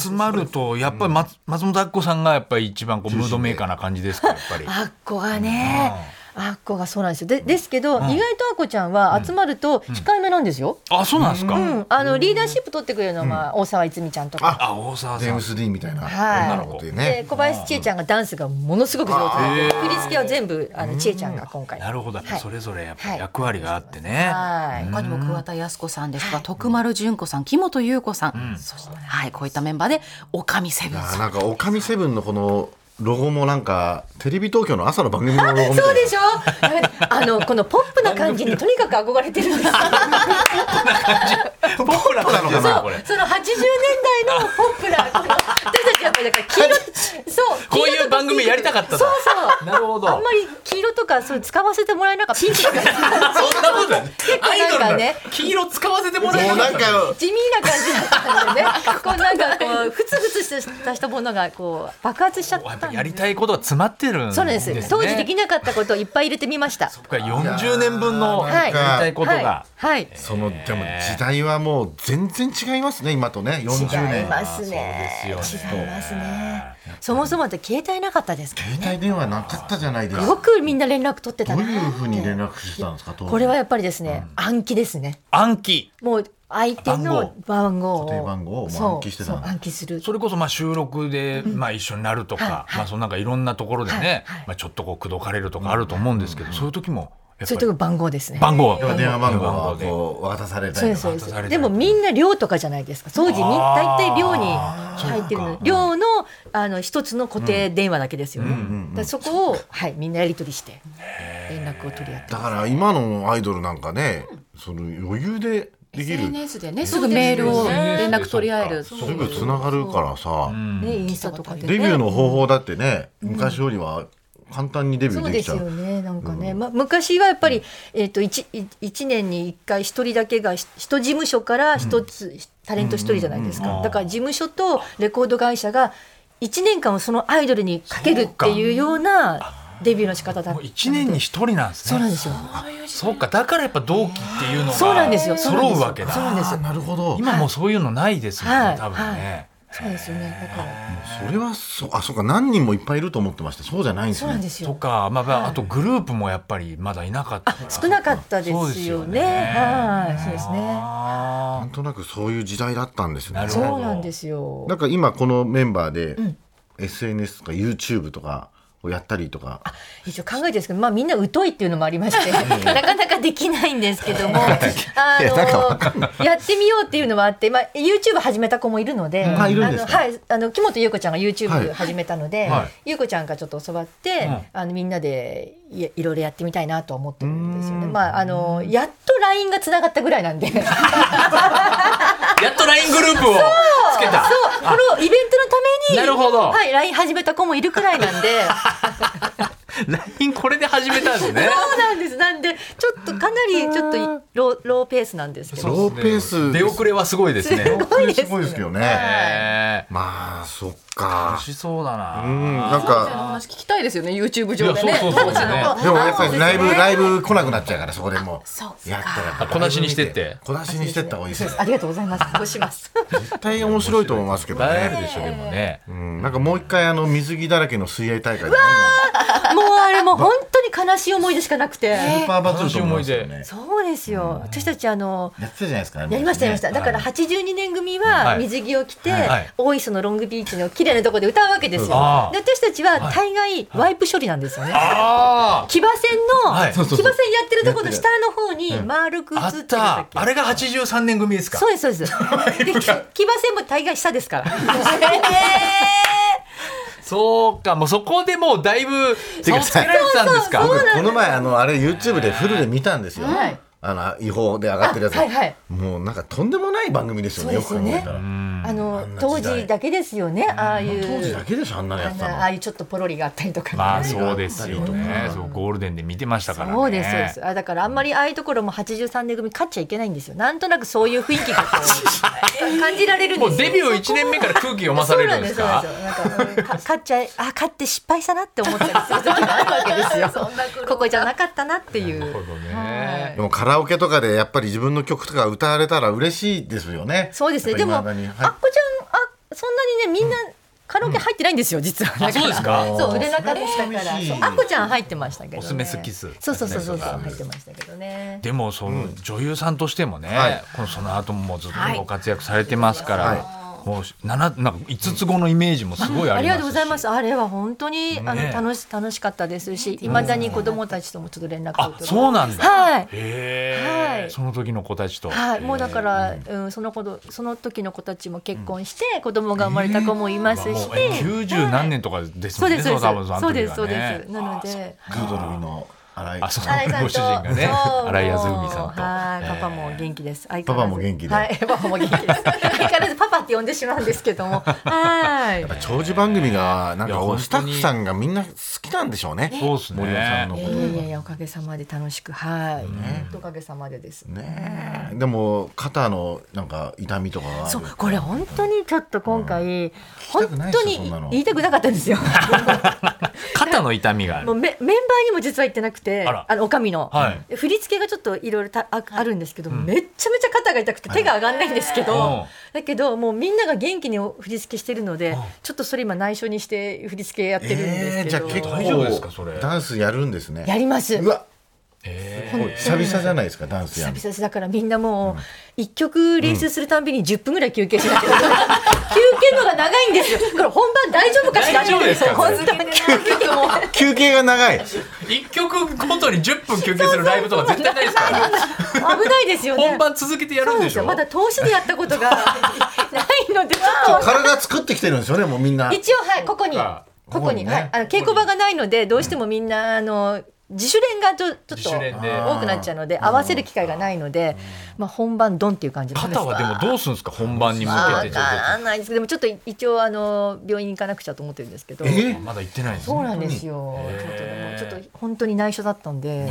[SPEAKER 1] 集まるとやっぱり松松本明子さんがやっぱり一番こうムードメーカーな感じですかやっぱり
[SPEAKER 2] あっこがね、あっこがそうなんですよ。でですけど、意外とあっこちゃんは集まると控えめなんですよ。
[SPEAKER 1] あそうなんですか、
[SPEAKER 2] うん、あのリーダーシップ取ってくれるのは、まあ、大沢いつみちゃんとか。
[SPEAKER 1] あ大沢
[SPEAKER 3] ジェ
[SPEAKER 1] さ
[SPEAKER 3] ーム
[SPEAKER 1] ん
[SPEAKER 3] ス・ディーンみたいな
[SPEAKER 2] はい
[SPEAKER 3] 女の子という
[SPEAKER 2] で
[SPEAKER 3] ね、
[SPEAKER 2] 小林千恵ちゃんがダンスがものすごく上手で
[SPEAKER 1] あー
[SPEAKER 2] 振り付けは全部あの千恵ちゃんが今回
[SPEAKER 1] なるほど、
[SPEAKER 2] はい
[SPEAKER 1] それぞれやっぱ役割があってね、
[SPEAKER 2] はい
[SPEAKER 4] 他にも桑田靖子さんですとか徳丸純子さん、木本優子さん、そしてはいこういったメンバーでおかみセブン
[SPEAKER 3] あ
[SPEAKER 4] さん。
[SPEAKER 3] なんか「おかみセブン」のこのロゴもなんかテレビ東京の朝の番組のロゴみたいな
[SPEAKER 2] そうでしょ やめてあのこのポップな感じにとにかく憧れてるんです
[SPEAKER 1] ポーラなのかなこれ
[SPEAKER 2] その80年代のポ ップなこの私たちやっぱりだから黄色そう
[SPEAKER 1] こういう番組やりたかったんだ
[SPEAKER 2] そうそう
[SPEAKER 1] なるほど
[SPEAKER 2] あんまり黄色とかそれ使わせてもらえなかったピンクとか
[SPEAKER 1] そんなことないアイドルな
[SPEAKER 2] なんか
[SPEAKER 1] の
[SPEAKER 2] ね
[SPEAKER 1] 黄色使わせてもらえ
[SPEAKER 3] もう
[SPEAKER 1] な
[SPEAKER 3] な
[SPEAKER 1] か
[SPEAKER 3] ん
[SPEAKER 1] った
[SPEAKER 3] か
[SPEAKER 2] 地味な感じだっ たんでねこうなんかこうふつふつしたしたものがこう爆発しちゃっ
[SPEAKER 1] やったぱ
[SPEAKER 2] ん
[SPEAKER 1] や
[SPEAKER 2] で
[SPEAKER 1] りたいことが詰まってるんです
[SPEAKER 2] そう
[SPEAKER 1] ね
[SPEAKER 2] なんです当時でき
[SPEAKER 1] な
[SPEAKER 2] なかったことをいっぱい入れてみました
[SPEAKER 1] 40年分の
[SPEAKER 3] い
[SPEAKER 1] やり
[SPEAKER 2] やーなんか
[SPEAKER 1] たいことが、
[SPEAKER 2] はい、はい
[SPEAKER 3] そのでも時代はもう全然違いますね今とね40
[SPEAKER 2] 違い
[SPEAKER 3] 年
[SPEAKER 2] ますね
[SPEAKER 1] そうですよね
[SPEAKER 2] 違いますねそもそもだって携帯なかったですから
[SPEAKER 3] 携帯電話なかったじゃないですか
[SPEAKER 2] よくみんな連絡取ってた
[SPEAKER 3] どう
[SPEAKER 2] な
[SPEAKER 3] いうふうに連絡してたんですか当時
[SPEAKER 2] これはやっぱりですね、暗記ですね
[SPEAKER 1] 暗記
[SPEAKER 2] もう相手の番号を
[SPEAKER 3] 固定番号をもう暗記してた
[SPEAKER 2] そ
[SPEAKER 3] ん
[SPEAKER 2] う
[SPEAKER 3] だ
[SPEAKER 2] そう暗記する
[SPEAKER 1] それこそまあ収録でまあ一緒になるとか、
[SPEAKER 2] はい
[SPEAKER 1] まあそのなんかいろんなところでね、
[SPEAKER 2] はいはい
[SPEAKER 1] まあちょっとこう口説かれるとかあると思うんですけど、そういう時もやっ
[SPEAKER 2] そういう
[SPEAKER 1] ぱ
[SPEAKER 2] とこ
[SPEAKER 1] り
[SPEAKER 2] 番号ですね
[SPEAKER 1] 番号
[SPEAKER 3] 要は電話番号
[SPEAKER 1] 番
[SPEAKER 3] を
[SPEAKER 1] 号で
[SPEAKER 3] こう渡された
[SPEAKER 2] そう
[SPEAKER 3] り
[SPEAKER 2] です
[SPEAKER 3] と
[SPEAKER 2] そう
[SPEAKER 3] か
[SPEAKER 1] 渡
[SPEAKER 2] で
[SPEAKER 1] され
[SPEAKER 2] す
[SPEAKER 1] た
[SPEAKER 2] で
[SPEAKER 1] りと
[SPEAKER 2] も
[SPEAKER 1] か
[SPEAKER 2] みんな寮とかじゃないですか当時み
[SPEAKER 1] あ
[SPEAKER 2] 大
[SPEAKER 1] ー
[SPEAKER 2] 体寮に入ってるので寮のあの一つの固定電話だけですよね、だからそこを、はい、みんなやり取りして連絡を取り合って
[SPEAKER 3] だから今のアイドルなんかねその余裕でできる
[SPEAKER 4] SNS でねすぐメールを連絡取り合える。
[SPEAKER 3] すぐつながるからさ、
[SPEAKER 2] ねインスタとかでね
[SPEAKER 3] デビューの方法だってね、昔よりは簡単にデビュ
[SPEAKER 2] そ
[SPEAKER 3] ー
[SPEAKER 2] う
[SPEAKER 3] で
[SPEAKER 2] で
[SPEAKER 3] きち
[SPEAKER 2] す
[SPEAKER 3] ゃう
[SPEAKER 2] よねなんかね、ま、昔はやっぱり、えー、と 1, 一年に1回一人だけがひ一事務所から一つ、タレント一人じゃないですか、だから事務所とレコード会社が1年間をそのアイドルにかけるっていうようなデビューの仕方だっ
[SPEAKER 1] もう
[SPEAKER 2] た
[SPEAKER 1] 一年に一人なんですね
[SPEAKER 2] そうなんですよ
[SPEAKER 1] そうかだからやっぱ同期っていうのが
[SPEAKER 2] そうなんですよそうなん
[SPEAKER 1] 揃
[SPEAKER 2] です
[SPEAKER 1] う
[SPEAKER 2] よ
[SPEAKER 1] わけだ
[SPEAKER 2] そうなんですよ
[SPEAKER 3] なるほど
[SPEAKER 1] 今もうそういうのないですもんね、
[SPEAKER 2] はい
[SPEAKER 1] 多分ね、
[SPEAKER 2] そうですよねだから
[SPEAKER 3] それはそうあそうか何人もいっぱいいると思ってましたそうじゃないんです
[SPEAKER 2] そう
[SPEAKER 3] ね
[SPEAKER 2] なんです
[SPEAKER 1] と
[SPEAKER 2] よ
[SPEAKER 1] か、まあまあ、あとグループもやっぱりまだいなかったから
[SPEAKER 2] 少なかったですよ
[SPEAKER 1] そう
[SPEAKER 2] ね
[SPEAKER 1] ですよね
[SPEAKER 2] はいそうですね
[SPEAKER 1] あ
[SPEAKER 3] なんとなくそういう時代だったんです
[SPEAKER 1] な
[SPEAKER 3] ね
[SPEAKER 1] るほど
[SPEAKER 2] そうなんですよ
[SPEAKER 3] なんか今このメンバーで、SNS とか YouTube とかをやったりとか
[SPEAKER 2] 一応考えてるんですけど、まあ、みんな疎いっていうのもありまして なかなかできないんですけ どもあ
[SPEAKER 3] いやなんかわか
[SPEAKER 2] のやってみようっていうのはあって、まあ、YouTube 始めた子もいるので、
[SPEAKER 3] んあいるんです
[SPEAKER 2] の
[SPEAKER 3] か
[SPEAKER 2] はい、あの木本優子ちゃんが
[SPEAKER 3] はい
[SPEAKER 2] YouTube 始めたので、
[SPEAKER 1] はい
[SPEAKER 2] 優子ちゃんからちょっと教わって、
[SPEAKER 1] うん
[SPEAKER 2] あのみんなでいいろいろやってみたいなとは思ってるんですよね。
[SPEAKER 3] うん
[SPEAKER 2] まあ、あのやっと LINE がつながったぐらい なんでそうこ
[SPEAKER 1] ーやっと LINE グループをつけた
[SPEAKER 2] のイベントのために
[SPEAKER 1] なるほど
[SPEAKER 2] はい、LINE 始めた子もいるくらい なんで。
[SPEAKER 1] LINE これで始めたんですね
[SPEAKER 2] そうなんです。なんで、ちょっと考かなりちょっといローローペースなんですけど。
[SPEAKER 3] ローペース
[SPEAKER 1] 出遅れはすごいですね。
[SPEAKER 2] すごいですね
[SPEAKER 3] すごいですけどね、
[SPEAKER 1] え
[SPEAKER 3] まあそっ
[SPEAKER 1] ー
[SPEAKER 3] か
[SPEAKER 1] 楽しそうだな。
[SPEAKER 3] うんなん
[SPEAKER 4] の
[SPEAKER 3] か
[SPEAKER 4] 話聞きたいですよね YouTube 上で
[SPEAKER 1] いや
[SPEAKER 4] ね
[SPEAKER 1] そ うそうそうそ
[SPEAKER 4] 当
[SPEAKER 1] う
[SPEAKER 4] 時の
[SPEAKER 3] でもやっぱりライブ
[SPEAKER 2] あそうですね
[SPEAKER 3] ライブ来なくなっちゃうからそこでも
[SPEAKER 4] そうか
[SPEAKER 3] うやったらやっぱ
[SPEAKER 1] 小出しにしてって
[SPEAKER 3] 小出しにしてった方がいいですよ
[SPEAKER 2] ありがとうございます。そうし ます。
[SPEAKER 3] 絶対面白いと思いますけど
[SPEAKER 1] バレるで
[SPEAKER 3] ね
[SPEAKER 1] しょでもね。
[SPEAKER 3] うんなんかもう一回あの水着だらけの水泳大会でね
[SPEAKER 2] もうあれもう本当に悲しい思い出しかなくて。
[SPEAKER 3] 今スーパーバトルと思いますよ
[SPEAKER 1] 悲しい思い
[SPEAKER 3] ね
[SPEAKER 2] そうですよ。私たちあの
[SPEAKER 3] やってたじゃないですかや
[SPEAKER 2] やりましたやりました。だから82年組は
[SPEAKER 1] はい
[SPEAKER 2] 水着を着て、
[SPEAKER 1] はい
[SPEAKER 2] 大磯のロングビーチの綺麗なとこで歌うわけですよ。
[SPEAKER 1] ああ
[SPEAKER 2] で私たちは大概ワイプ処理なんですよね。
[SPEAKER 1] あ
[SPEAKER 2] 騎馬戦の、
[SPEAKER 1] はい
[SPEAKER 2] 騎
[SPEAKER 1] そ
[SPEAKER 2] 馬
[SPEAKER 1] う
[SPEAKER 3] そうそう
[SPEAKER 2] 戦やってるところの下の方に丸く映
[SPEAKER 1] あ、あ
[SPEAKER 2] ってる
[SPEAKER 1] っ
[SPEAKER 2] んだ
[SPEAKER 1] た
[SPEAKER 2] っ。け。
[SPEAKER 1] あれが八十三年組ですか
[SPEAKER 2] そ。うですそうです。でき騎馬戦も大概下ですから。
[SPEAKER 1] そうか、もうそこでもうだいぶ差をつけられてたんです
[SPEAKER 2] そうそうそう
[SPEAKER 1] か。
[SPEAKER 3] この前あのあれ YouTube でフルで見たんですよ、
[SPEAKER 4] はい
[SPEAKER 3] あの違法で上がってるやつ、
[SPEAKER 2] はいはい
[SPEAKER 3] もうなんかとんでもない番組ですよねよく
[SPEAKER 2] そう
[SPEAKER 3] 考
[SPEAKER 2] ですよね
[SPEAKER 3] えたら、
[SPEAKER 2] あの
[SPEAKER 3] んな時
[SPEAKER 2] 当
[SPEAKER 3] 代
[SPEAKER 2] 時だけですよね。ああいう
[SPEAKER 3] 当時だけでしょあんなのや
[SPEAKER 2] あ
[SPEAKER 3] って
[SPEAKER 2] の
[SPEAKER 3] たの
[SPEAKER 2] ああいうちょっとポロリがあったりとかね。
[SPEAKER 1] まあそうですよね。そうゴールデンで見てましたからね。
[SPEAKER 2] そうですそうです。あだからあんまりああいうところも83年組勝っちゃいけないんですよ。なんとなくそういう雰囲気がこ う感じられるんで
[SPEAKER 1] も
[SPEAKER 2] すよ。
[SPEAKER 1] うデビュー一年目から空気読まさ
[SPEAKER 2] そう
[SPEAKER 1] れ
[SPEAKER 2] な
[SPEAKER 1] る
[SPEAKER 2] ん
[SPEAKER 1] んで
[SPEAKER 2] で
[SPEAKER 1] すす
[SPEAKER 2] そうな
[SPEAKER 1] か
[SPEAKER 2] んで。すよ。なんかうんか勝っちゃいあ勝って失敗したなって思ったりする時があるわ けですよ。ここじゃなかったなってい
[SPEAKER 1] なるほ
[SPEAKER 2] う。
[SPEAKER 1] どね
[SPEAKER 3] で。もカラオケとかでやっぱり自分の曲とか歌われたら嬉しいですよね
[SPEAKER 2] そうですね。でも、
[SPEAKER 3] や
[SPEAKER 2] あ
[SPEAKER 3] っ
[SPEAKER 2] っ
[SPEAKER 3] ぱ
[SPEAKER 2] こちゃん
[SPEAKER 3] 未だにはい
[SPEAKER 2] あそんなにねみんなカラオケ入ってないんですよ実は。
[SPEAKER 1] あそうですか
[SPEAKER 2] そう売れなかったから。
[SPEAKER 3] 寂しい
[SPEAKER 2] そうあっこちゃん入ってましたけどね。
[SPEAKER 1] お酢飯キス
[SPEAKER 2] そうそうそうそうそう入ってましたけどね。
[SPEAKER 1] でもその女優さんとしてもね、
[SPEAKER 3] はい
[SPEAKER 1] このその後もずっとご活躍されてますから、
[SPEAKER 3] は
[SPEAKER 1] もう七なんか五つ子のイメージもすごいあ
[SPEAKER 2] あ
[SPEAKER 1] り
[SPEAKER 2] り
[SPEAKER 1] ますし
[SPEAKER 2] がとうございます。あれは本当に、あ
[SPEAKER 1] ね
[SPEAKER 2] の楽し楽しかったですし、いまだに子供たちともちょっと連絡を
[SPEAKER 1] あ、そうなんだ。
[SPEAKER 2] はい。
[SPEAKER 1] へえ、
[SPEAKER 2] はい
[SPEAKER 1] その時の子たちと。
[SPEAKER 2] はい、もうだから、うん、その子ど、その時の子たちも結婚して、子供が生まれた子もいますし。
[SPEAKER 1] 九十何年とかです
[SPEAKER 2] そ
[SPEAKER 1] も
[SPEAKER 2] うんで
[SPEAKER 1] ね。
[SPEAKER 2] す、そう
[SPEAKER 1] の多分
[SPEAKER 2] です、
[SPEAKER 1] の時は
[SPEAKER 2] そうです、そう
[SPEAKER 1] ね
[SPEAKER 2] です、なので。
[SPEAKER 3] グードルの新井
[SPEAKER 1] あ、そう
[SPEAKER 2] 新井さん、と
[SPEAKER 1] ご主人がね、
[SPEAKER 2] そう
[SPEAKER 1] 新井康文さんと。
[SPEAKER 2] はい、パパ
[SPEAKER 1] えー
[SPEAKER 2] も元気です。相
[SPEAKER 3] パ
[SPEAKER 2] 変わら
[SPEAKER 3] パ
[SPEAKER 2] ず
[SPEAKER 3] も元気で
[SPEAKER 2] はい、パパも 元気です。相変わらずパパって呼んでしまうんですけども。はい。
[SPEAKER 3] 長寿番組がなん
[SPEAKER 1] いや
[SPEAKER 3] か
[SPEAKER 1] 本当に
[SPEAKER 3] スタッフさんがみんな好きなんでしょうね
[SPEAKER 1] そうですね
[SPEAKER 3] 森山さんのこ
[SPEAKER 2] い
[SPEAKER 3] と
[SPEAKER 2] やいやいや、おかげさまで楽しく、はい、ね、おかげさまでです。
[SPEAKER 3] ねえでも肩のなんか痛みとかは
[SPEAKER 2] そう、これ本当にちょっと今回、
[SPEAKER 3] 聞きたくな
[SPEAKER 2] 本
[SPEAKER 3] いです
[SPEAKER 2] 当に
[SPEAKER 3] よそんなの
[SPEAKER 2] 言いたくなかったんです よ。
[SPEAKER 1] 肩の痛みがあ
[SPEAKER 2] も
[SPEAKER 1] る。
[SPEAKER 2] うメメンバーにも実は言ってなくて、
[SPEAKER 1] あ
[SPEAKER 2] あ
[SPEAKER 1] ら
[SPEAKER 2] のおかみの、
[SPEAKER 1] は
[SPEAKER 2] 振り付けがちょっといろいろたああるんですけど、めっちゃめちゃ肩が痛くて手が上がんないんですけど、
[SPEAKER 1] うん
[SPEAKER 2] だけどもうみんなが元気にお振り付けしてるので、ちょっとそれ今内緒にして振り付けやってるんで
[SPEAKER 3] えーじ
[SPEAKER 2] す
[SPEAKER 3] ゃあ
[SPEAKER 2] けど、
[SPEAKER 3] 結
[SPEAKER 1] 大丈夫ですかそ
[SPEAKER 3] 構
[SPEAKER 1] れ
[SPEAKER 3] ダンスやるんですね
[SPEAKER 2] やります。
[SPEAKER 3] うわ
[SPEAKER 1] え
[SPEAKER 3] すごい久々じゃないですかダンスやる
[SPEAKER 2] 久々だからみんなもう一曲練習するたんびに10分ぐらい休憩しなきゃ、休憩のが長いんですよこれ本番大丈夫かしら
[SPEAKER 1] 大丈夫ですか
[SPEAKER 2] 本当に休憩も
[SPEAKER 3] 休憩が長い
[SPEAKER 1] ー一曲ごとに十分休憩するライブとか絶対ないですから。
[SPEAKER 2] 危ないですよね
[SPEAKER 1] 本番続けてや
[SPEAKER 2] そ
[SPEAKER 1] る
[SPEAKER 2] うんな
[SPEAKER 1] で
[SPEAKER 2] んで
[SPEAKER 1] し
[SPEAKER 2] すよ
[SPEAKER 1] ょ。
[SPEAKER 2] まだ投資でやったことがないのでちょっと
[SPEAKER 3] 体作ってきてるんですよねもうみんな
[SPEAKER 2] 一応はいここに
[SPEAKER 1] そっか
[SPEAKER 2] ここに
[SPEAKER 3] ここにね
[SPEAKER 2] はいあの稽古場がないのでどうしてもみんなあの自主練がちょち
[SPEAKER 1] 自
[SPEAKER 2] ょ
[SPEAKER 1] 主
[SPEAKER 2] っ
[SPEAKER 1] 練
[SPEAKER 2] と
[SPEAKER 1] で
[SPEAKER 2] 多くなっちゃうので合わせる機会がないのでまあ本番ドンっていう感じなんです
[SPEAKER 1] 肩はでもどうするんですか本番に向
[SPEAKER 2] わ
[SPEAKER 1] けてちょっ
[SPEAKER 2] かんないですけどでもちょっと一応あの病院行かなくちゃと思ってるんですけど
[SPEAKER 1] と。まだ行ってないんです
[SPEAKER 2] そう
[SPEAKER 1] ね。
[SPEAKER 2] なんですよちょっとでもちょっと本当に内緒だったんで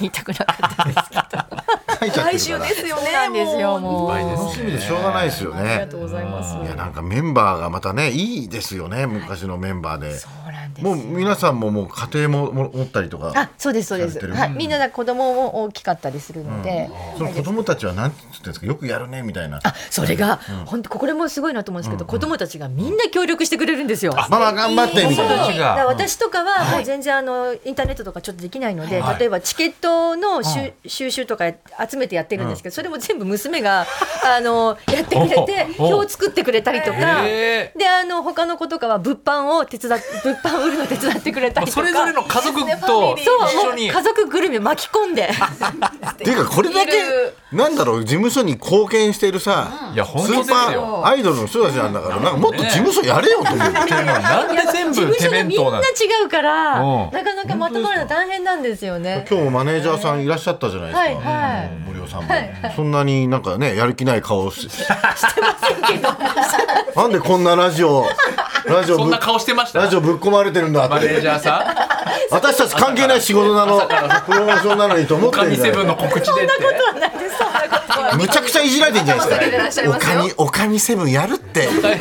[SPEAKER 2] 言いたくなかったですけど
[SPEAKER 3] 書いちゃってるから
[SPEAKER 4] すよ
[SPEAKER 2] そうなんですよもう
[SPEAKER 1] いっぱいです
[SPEAKER 3] 楽しみでしょうがないですよ
[SPEAKER 2] ありが
[SPEAKER 3] ね
[SPEAKER 2] とうございます
[SPEAKER 3] いやなんかメンバーがまたねいいですよね昔のメンバーで
[SPEAKER 2] そうなんです
[SPEAKER 3] も
[SPEAKER 2] よ
[SPEAKER 3] う皆さんももう家庭もも持ったりとか
[SPEAKER 2] あ、そうですそうで
[SPEAKER 3] さ
[SPEAKER 2] す。
[SPEAKER 3] れてる
[SPEAKER 2] はい、みんなが子供も大きかったりするので、
[SPEAKER 3] その子供たちはなんつってんですかよくやるねみたいな
[SPEAKER 2] あ、それが本当これもすごいなと思うんですけど、子供たちがみんな協力してくれるんですよ。
[SPEAKER 3] ママ頑張って
[SPEAKER 1] 子
[SPEAKER 3] みたい
[SPEAKER 1] 供
[SPEAKER 3] な
[SPEAKER 1] たち
[SPEAKER 2] だ
[SPEAKER 1] が
[SPEAKER 2] から私とかはもう全然あのインターネットとかちょっとできないので、
[SPEAKER 1] はい
[SPEAKER 2] 例えばチケットの収収集とか集めてやってるんですけど、それも全部娘があのやってくれて
[SPEAKER 1] おお
[SPEAKER 2] 表を作ってくれたりとか。
[SPEAKER 1] へ
[SPEAKER 2] であの他の子とかは物販を手伝っ物販売るの手伝ってくれたりと
[SPEAKER 1] そ
[SPEAKER 2] か
[SPEAKER 1] れぞれの家族と一
[SPEAKER 2] そうも
[SPEAKER 1] 緒
[SPEAKER 2] う
[SPEAKER 1] に
[SPEAKER 2] 家族ぐるみを巻き込んで
[SPEAKER 3] っていうかこれだけ
[SPEAKER 4] いる
[SPEAKER 3] なんだろう事務所に貢献しているさ、
[SPEAKER 1] いや本
[SPEAKER 3] ス
[SPEAKER 1] 当で
[SPEAKER 3] ー
[SPEAKER 1] す
[SPEAKER 3] パ
[SPEAKER 1] よ。
[SPEAKER 3] ーアイドルの人たちなんだからなんかもっと事務所やれよと思う、
[SPEAKER 1] なんで全
[SPEAKER 2] 事
[SPEAKER 1] 部
[SPEAKER 2] 務
[SPEAKER 1] 手
[SPEAKER 2] 所で
[SPEAKER 1] 弁
[SPEAKER 2] みん
[SPEAKER 1] 当な
[SPEAKER 2] な違
[SPEAKER 1] の。
[SPEAKER 2] うから、
[SPEAKER 1] うん
[SPEAKER 2] なかなかまとまるの大変なんですよね。
[SPEAKER 3] 今日もマネージャーさんいらっしゃったじゃないですか、
[SPEAKER 2] はいはい
[SPEAKER 3] 森尾さんも、そんなになんかねやる気ない顔ししてませ んけどなんでこんなラジオラジオ
[SPEAKER 1] そん
[SPEAKER 3] ぶ
[SPEAKER 1] な
[SPEAKER 3] っ
[SPEAKER 1] 顔してました。
[SPEAKER 3] ラジオぶっ込まれてるんだ
[SPEAKER 1] マ
[SPEAKER 3] っ
[SPEAKER 1] ネー
[SPEAKER 3] て
[SPEAKER 1] ジャーさ
[SPEAKER 3] 私たち関係ない仕事なのプロモーションなのにと思って
[SPEAKER 1] 神
[SPEAKER 3] んだ
[SPEAKER 1] セブン
[SPEAKER 3] よ
[SPEAKER 1] の告知でって
[SPEAKER 2] なんでそんなことは
[SPEAKER 3] むちゃくちゃいじられてんじゃない
[SPEAKER 4] いら
[SPEAKER 3] で
[SPEAKER 4] っし
[SPEAKER 3] す
[SPEAKER 4] ゃい
[SPEAKER 3] かお
[SPEAKER 4] ます
[SPEAKER 3] か
[SPEAKER 4] よ
[SPEAKER 3] みおかみセブンやるって
[SPEAKER 2] そんな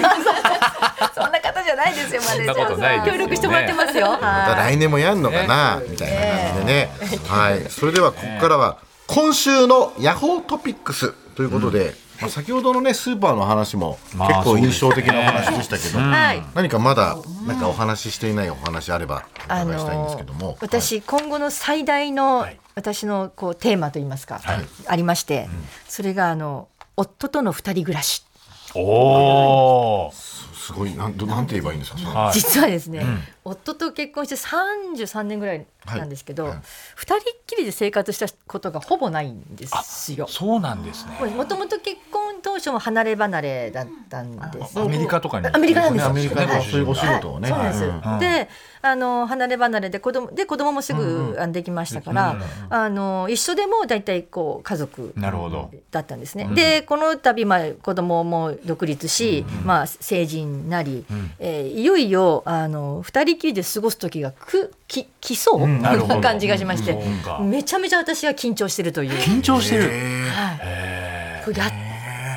[SPEAKER 2] 方じゃないですよマネージャ
[SPEAKER 1] そんなことない
[SPEAKER 2] ー
[SPEAKER 1] で
[SPEAKER 2] さ
[SPEAKER 1] すよ
[SPEAKER 2] ん協力してもらってますよ
[SPEAKER 3] また
[SPEAKER 2] は
[SPEAKER 3] 来年もやんのかな、みたいな感じでね、はいそれではここからは今週のヤホートピックスということで、まあ、先ほどのねスーパーの話も
[SPEAKER 1] まあ
[SPEAKER 3] 結構
[SPEAKER 1] そうですね
[SPEAKER 3] 印象的なお話でしたけど、
[SPEAKER 2] いはい
[SPEAKER 3] 何かまだなんかお話ししていないお話あればお伺いしたいんですけども、
[SPEAKER 2] 私、今後の最大の私のこうテーマといいますか、ありまして、それがあの夫との二人暮らし、
[SPEAKER 1] おー
[SPEAKER 3] すごいなんどなんて言えばいいんですか、それ
[SPEAKER 1] はい
[SPEAKER 2] 実はですね、夫と結婚して33年ぐらいなんですけど、
[SPEAKER 3] はいはい
[SPEAKER 2] 二人っきりで生活したことがほぼないんですよ。
[SPEAKER 1] そうなんですね
[SPEAKER 2] もともと結婚当初も離れ離れだったんです
[SPEAKER 1] アメリカとかに
[SPEAKER 2] アメリカなんです
[SPEAKER 3] ね
[SPEAKER 2] よ
[SPEAKER 3] アメリカ
[SPEAKER 1] は
[SPEAKER 3] の
[SPEAKER 1] い
[SPEAKER 3] そういうお仕事をね、
[SPEAKER 2] そうなんです、
[SPEAKER 3] うん
[SPEAKER 1] ん
[SPEAKER 2] であの離れ離れで子供で子供もすぐあのできましたから、あの一緒でも大体こう家族
[SPEAKER 1] なるほど
[SPEAKER 2] だったんですね、でこの度、まあ、子供も独立し、まあ、成人なり、えーいよいよあの2人きりで過ごす時がくき来そう
[SPEAKER 1] うんな
[SPEAKER 2] な
[SPEAKER 1] るほど
[SPEAKER 2] 感じがしまして、
[SPEAKER 1] そうか
[SPEAKER 2] めちゃめちゃ私は緊張してるという。
[SPEAKER 1] 緊張してる
[SPEAKER 3] え
[SPEAKER 2] はい、これや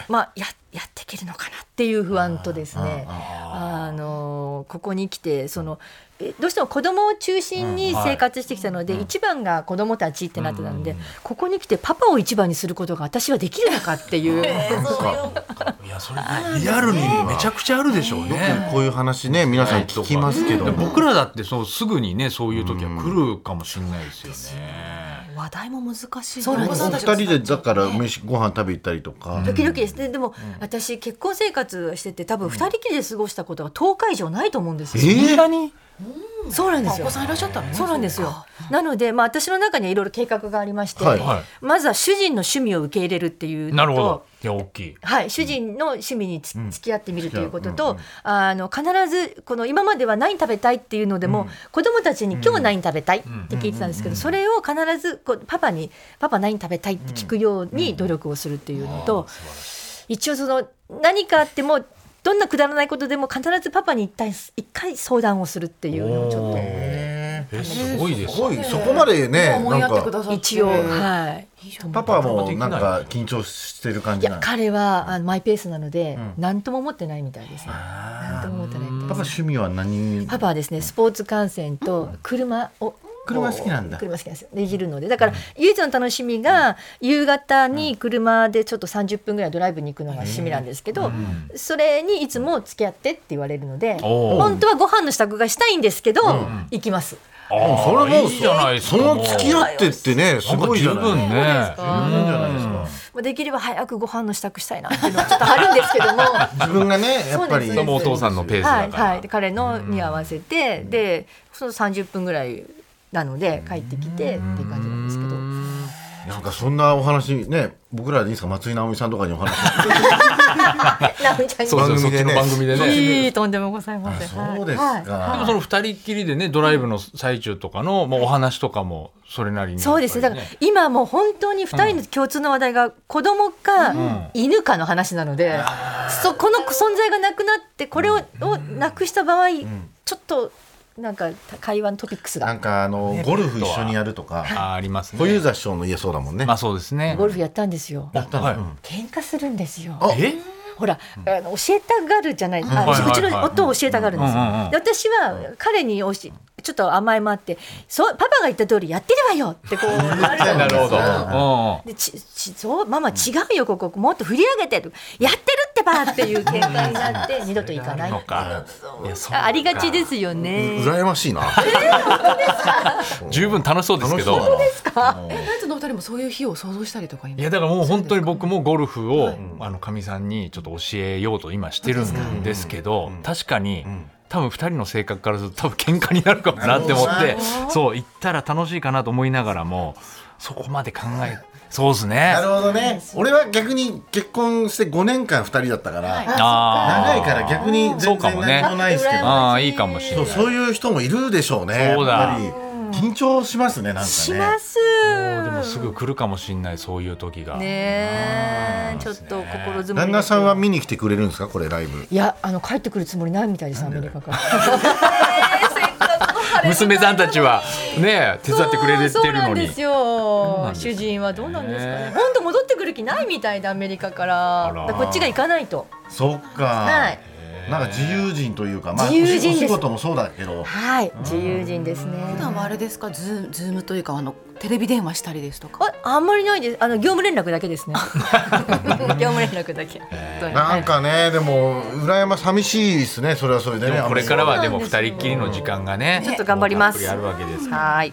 [SPEAKER 2] まあ、ややっていけるのかなっていう不安とですねあのここに来てそのえどうしても子供を中心に生活してきたので、一番が子供たちってなってたんで、ここに来てパパを一番にすることが私はできるのかっていう。
[SPEAKER 3] ーなんか
[SPEAKER 1] いやそれリアルにめちゃくちゃあるでしょうね
[SPEAKER 3] こういう話ね皆さん聞きますけども、
[SPEAKER 1] 僕らだってそうすぐにねそういう時は来るかもしれないですよね
[SPEAKER 4] 話題も難しい
[SPEAKER 2] そうなんです
[SPEAKER 3] お二人でだから飯ご飯食べ行ったりとか、
[SPEAKER 2] 時々ですね、でも、私結婚生活してて多分二人きりで過ごしたことが10日以上ないと思うんですよ、
[SPEAKER 3] えー
[SPEAKER 1] に
[SPEAKER 2] そうなんです
[SPEAKER 4] お
[SPEAKER 2] よ
[SPEAKER 4] 子さんいらっしゃったのね
[SPEAKER 2] そうなんですよ。なので、まあ、私の中にはいろいろ計画がありまして、
[SPEAKER 3] はい
[SPEAKER 1] は
[SPEAKER 2] まずは主人の趣味を受け入れるっていうのと。
[SPEAKER 1] なるほどいや大きい
[SPEAKER 2] はい、主人の趣味につ、付き合ってみるということと、あの必ずこの今までは何食べたいっていうのでも、子供たちに今日何食べたいって聞いてたんですけど、それを必ずこうパパに「パパ何食べたい?」って聞くように努力をするっていうのと、一応その何かあってもどんなくだらないことでも必ずパパに一回一回相談をするっていうのをちょっと。
[SPEAKER 1] えすごいです
[SPEAKER 3] すごいそこまでね
[SPEAKER 4] 思
[SPEAKER 3] ないん
[SPEAKER 4] やってく
[SPEAKER 3] か
[SPEAKER 4] ださって
[SPEAKER 2] 一応、はい。
[SPEAKER 3] パパもなんか緊張してる感
[SPEAKER 2] い
[SPEAKER 3] じな
[SPEAKER 2] や
[SPEAKER 3] の
[SPEAKER 2] 彼はあのマイペースなので、何とも思ってないみたいですね。何とも思ってないみたい
[SPEAKER 3] パパ
[SPEAKER 2] です。
[SPEAKER 3] 趣味は何
[SPEAKER 2] パパはですねスポーツ観戦と車を
[SPEAKER 3] 車好きなんだ
[SPEAKER 2] 車好きなんですよ。でいじるので、だから唯一の楽しみが夕方に車でちょっと三十分ぐらいドライブに行くのが趣味なんですけど、それにいつも付き合ってって言われるので、
[SPEAKER 1] おー
[SPEAKER 2] 本当はご飯の支度がしたいんですけど行きます。
[SPEAKER 1] あー
[SPEAKER 3] それも
[SPEAKER 1] いいじゃないですか
[SPEAKER 3] その付き合ってってねすごいじゃない
[SPEAKER 1] 十分ね
[SPEAKER 3] 十分じゃないですか
[SPEAKER 2] まあできれば早くご飯の支度したいなっていうのはちょっとあるんですけども。
[SPEAKER 3] 自分がねやっぱり
[SPEAKER 2] そうですもうお父
[SPEAKER 1] さんのペースだ
[SPEAKER 2] はい
[SPEAKER 1] から
[SPEAKER 2] はい、で彼のに合わせて、でその30分ぐらいなので帰ってきてっていう感じなんですけど、
[SPEAKER 3] なんかそんなお話ね僕らでいいですか松井直美さんとかにお話
[SPEAKER 2] なおちゃんに
[SPEAKER 1] そうそうそ
[SPEAKER 3] 番組
[SPEAKER 1] っち
[SPEAKER 3] で
[SPEAKER 1] の
[SPEAKER 3] ね
[SPEAKER 1] 番組でね
[SPEAKER 2] いいとんでもございません。
[SPEAKER 3] そうです
[SPEAKER 2] はいはい
[SPEAKER 1] でも
[SPEAKER 3] か
[SPEAKER 1] その二人っきりでねドライブの最中とかのもうお話とかもそれなりに
[SPEAKER 2] そうですねだから今もう本当に2人の共通の話題が子供か犬かの話なので、そこの存在がなくなってこれををなくした場合、ちょっとなんか会話のトピックス
[SPEAKER 3] な
[SPEAKER 2] が
[SPEAKER 3] んかあのゴルフ一緒にやるとか
[SPEAKER 1] あーありますね
[SPEAKER 3] 小遊三師匠の家そうだもんね
[SPEAKER 1] まあそうですね
[SPEAKER 2] ゴルフやったんですよ。
[SPEAKER 1] やったはい
[SPEAKER 2] 喧嘩するんですよ。
[SPEAKER 1] え
[SPEAKER 2] ほら、あの教えたがるじゃない、あ
[SPEAKER 1] はいはいはいう
[SPEAKER 2] ちの夫を教えたがるんですよ。
[SPEAKER 1] うんうんうん
[SPEAKER 2] で私は彼におしちょっと甘えもあって、そうパパが言った通りやってればよってこうあ る
[SPEAKER 1] なるほどうん
[SPEAKER 2] でちちそうママ違うよここもっと振り上げてとやってるってばっていう見解になって二度と行かない
[SPEAKER 1] のかいやそう
[SPEAKER 2] あありがちですよね。
[SPEAKER 3] 羨ましいな
[SPEAKER 1] 十分楽しそうですけ
[SPEAKER 3] 楽しそう
[SPEAKER 1] ど
[SPEAKER 3] だな
[SPEAKER 4] ナイツのお二人もそういう日を想像したりとか今
[SPEAKER 1] いやだからもう本当に僕もゴルフをあのかみさんにちょっと教えようと今してるんですけど確かに多分2人の性格からすると多分喧嘩になるかもなって思ってそう行ったら楽しいかなと思いながらもそこまで考えそうですね
[SPEAKER 3] なるほどね俺は逆に結婚して5年間2人だったから
[SPEAKER 1] あ
[SPEAKER 3] 長
[SPEAKER 1] ー
[SPEAKER 3] いから逆に
[SPEAKER 1] そう
[SPEAKER 3] 全
[SPEAKER 1] か
[SPEAKER 3] 然
[SPEAKER 1] もね
[SPEAKER 3] 何もないですけど
[SPEAKER 1] あーいいかもしれ
[SPEAKER 3] そ
[SPEAKER 1] な
[SPEAKER 3] う
[SPEAKER 1] い
[SPEAKER 3] そういう人もいるでしょうね。
[SPEAKER 1] そうだ
[SPEAKER 3] やっぱり緊張しますねなんかね。
[SPEAKER 2] します。
[SPEAKER 1] もうでもすぐ来るかもしれないそういう時が、
[SPEAKER 2] ねえちょっと心づもり。
[SPEAKER 3] 旦那さんは見に来てくれるんですかこれライ ブ。
[SPEAKER 2] いやあの帰ってくるつもりないみたいですアメリカから。
[SPEAKER 1] 娘さんたちはね手伝ってくれて
[SPEAKER 2] そう
[SPEAKER 1] る
[SPEAKER 2] な
[SPEAKER 1] の
[SPEAKER 2] んで
[SPEAKER 1] に
[SPEAKER 2] すよ
[SPEAKER 1] なんですよ
[SPEAKER 2] 主人はどうなんですかね
[SPEAKER 1] ね
[SPEAKER 2] 本当戻ってくる気ないみたいでアメリカから
[SPEAKER 1] あら
[SPEAKER 2] だからこっちが行かないと
[SPEAKER 3] そっか、
[SPEAKER 2] はい
[SPEAKER 3] なんか自由人というか、まあ、
[SPEAKER 2] 自由人です
[SPEAKER 3] お仕事もそうだけど
[SPEAKER 2] はい自由人ですね
[SPEAKER 4] 普段はあれですかズームズームというかあのテレビ電話したりですとか
[SPEAKER 2] ああんまりないですあの業務連絡だ けですね業務連絡だけ本当に
[SPEAKER 3] なんかねでも羨ま寂しいですねそれはそれで
[SPEAKER 1] で
[SPEAKER 3] ね
[SPEAKER 1] もこれからはでも
[SPEAKER 2] そうなん
[SPEAKER 1] 二人
[SPEAKER 2] ですよ
[SPEAKER 1] っきりの時間がね
[SPEAKER 2] ちょっと頑張ります
[SPEAKER 1] もうたっぷりあるわけですから
[SPEAKER 2] はい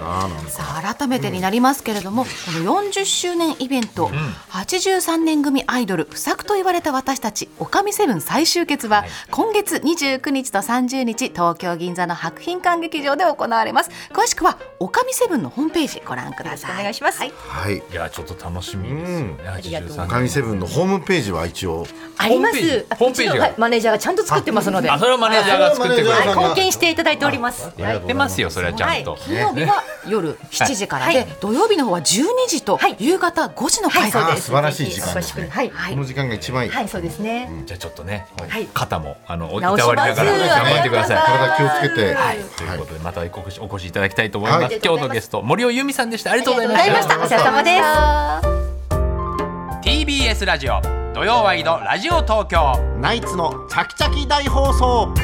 [SPEAKER 3] あーなんか
[SPEAKER 4] さあ改めてになりますけれども、この40周年イベント、83年組アイドル不作と言われた私たちおかみセブン最終決は、今月29日と30日東京銀座の博品館劇場で行われます詳しくはおかみセブンのホームページご覧ください
[SPEAKER 2] よろしくお願いします
[SPEAKER 4] はい、
[SPEAKER 3] はい
[SPEAKER 1] いやちょっと楽しみです
[SPEAKER 3] う
[SPEAKER 1] よ
[SPEAKER 3] ん
[SPEAKER 1] ね83年
[SPEAKER 3] 神セブンのホームページは一応
[SPEAKER 2] あります
[SPEAKER 1] ホームページホームページが
[SPEAKER 2] うちのはいマネージャーがちゃんと作ってますので
[SPEAKER 1] あそれはマネージャーが作ってくれ
[SPEAKER 3] あ
[SPEAKER 2] はい
[SPEAKER 3] それは
[SPEAKER 1] た
[SPEAKER 3] マネージャーさんが
[SPEAKER 2] 貢献していただいております
[SPEAKER 1] やってますよそれはちゃんと
[SPEAKER 4] 金曜日は夜7時からで、土曜日の方は12時と
[SPEAKER 2] はい
[SPEAKER 4] 夕方5時の開催、
[SPEAKER 3] あ
[SPEAKER 2] そう
[SPEAKER 3] ー
[SPEAKER 2] です
[SPEAKER 3] 素晴らしい時間ですね、
[SPEAKER 2] ぜひお越しください
[SPEAKER 3] この時間が一番いい、
[SPEAKER 2] はいそうですね
[SPEAKER 1] じゃあちょっとね
[SPEAKER 2] はい
[SPEAKER 1] 肩もあのいたわ
[SPEAKER 2] 直
[SPEAKER 1] り
[SPEAKER 2] します
[SPEAKER 1] ながら頑張ってください
[SPEAKER 3] 体気をつけて、
[SPEAKER 2] はい
[SPEAKER 1] と
[SPEAKER 3] は
[SPEAKER 1] いう
[SPEAKER 3] い
[SPEAKER 1] ことでまたお越しお越しいただきたいと思います、
[SPEAKER 3] はい
[SPEAKER 1] 今日のゲスト森尾由美さんでしたありがとうございま
[SPEAKER 2] あ
[SPEAKER 1] し
[SPEAKER 2] り
[SPEAKER 1] た
[SPEAKER 2] がとうございましたお疲れ様です
[SPEAKER 1] TBS ラジオ土曜ワイドラジオ東京
[SPEAKER 5] ナイツのチャキチャキ大放送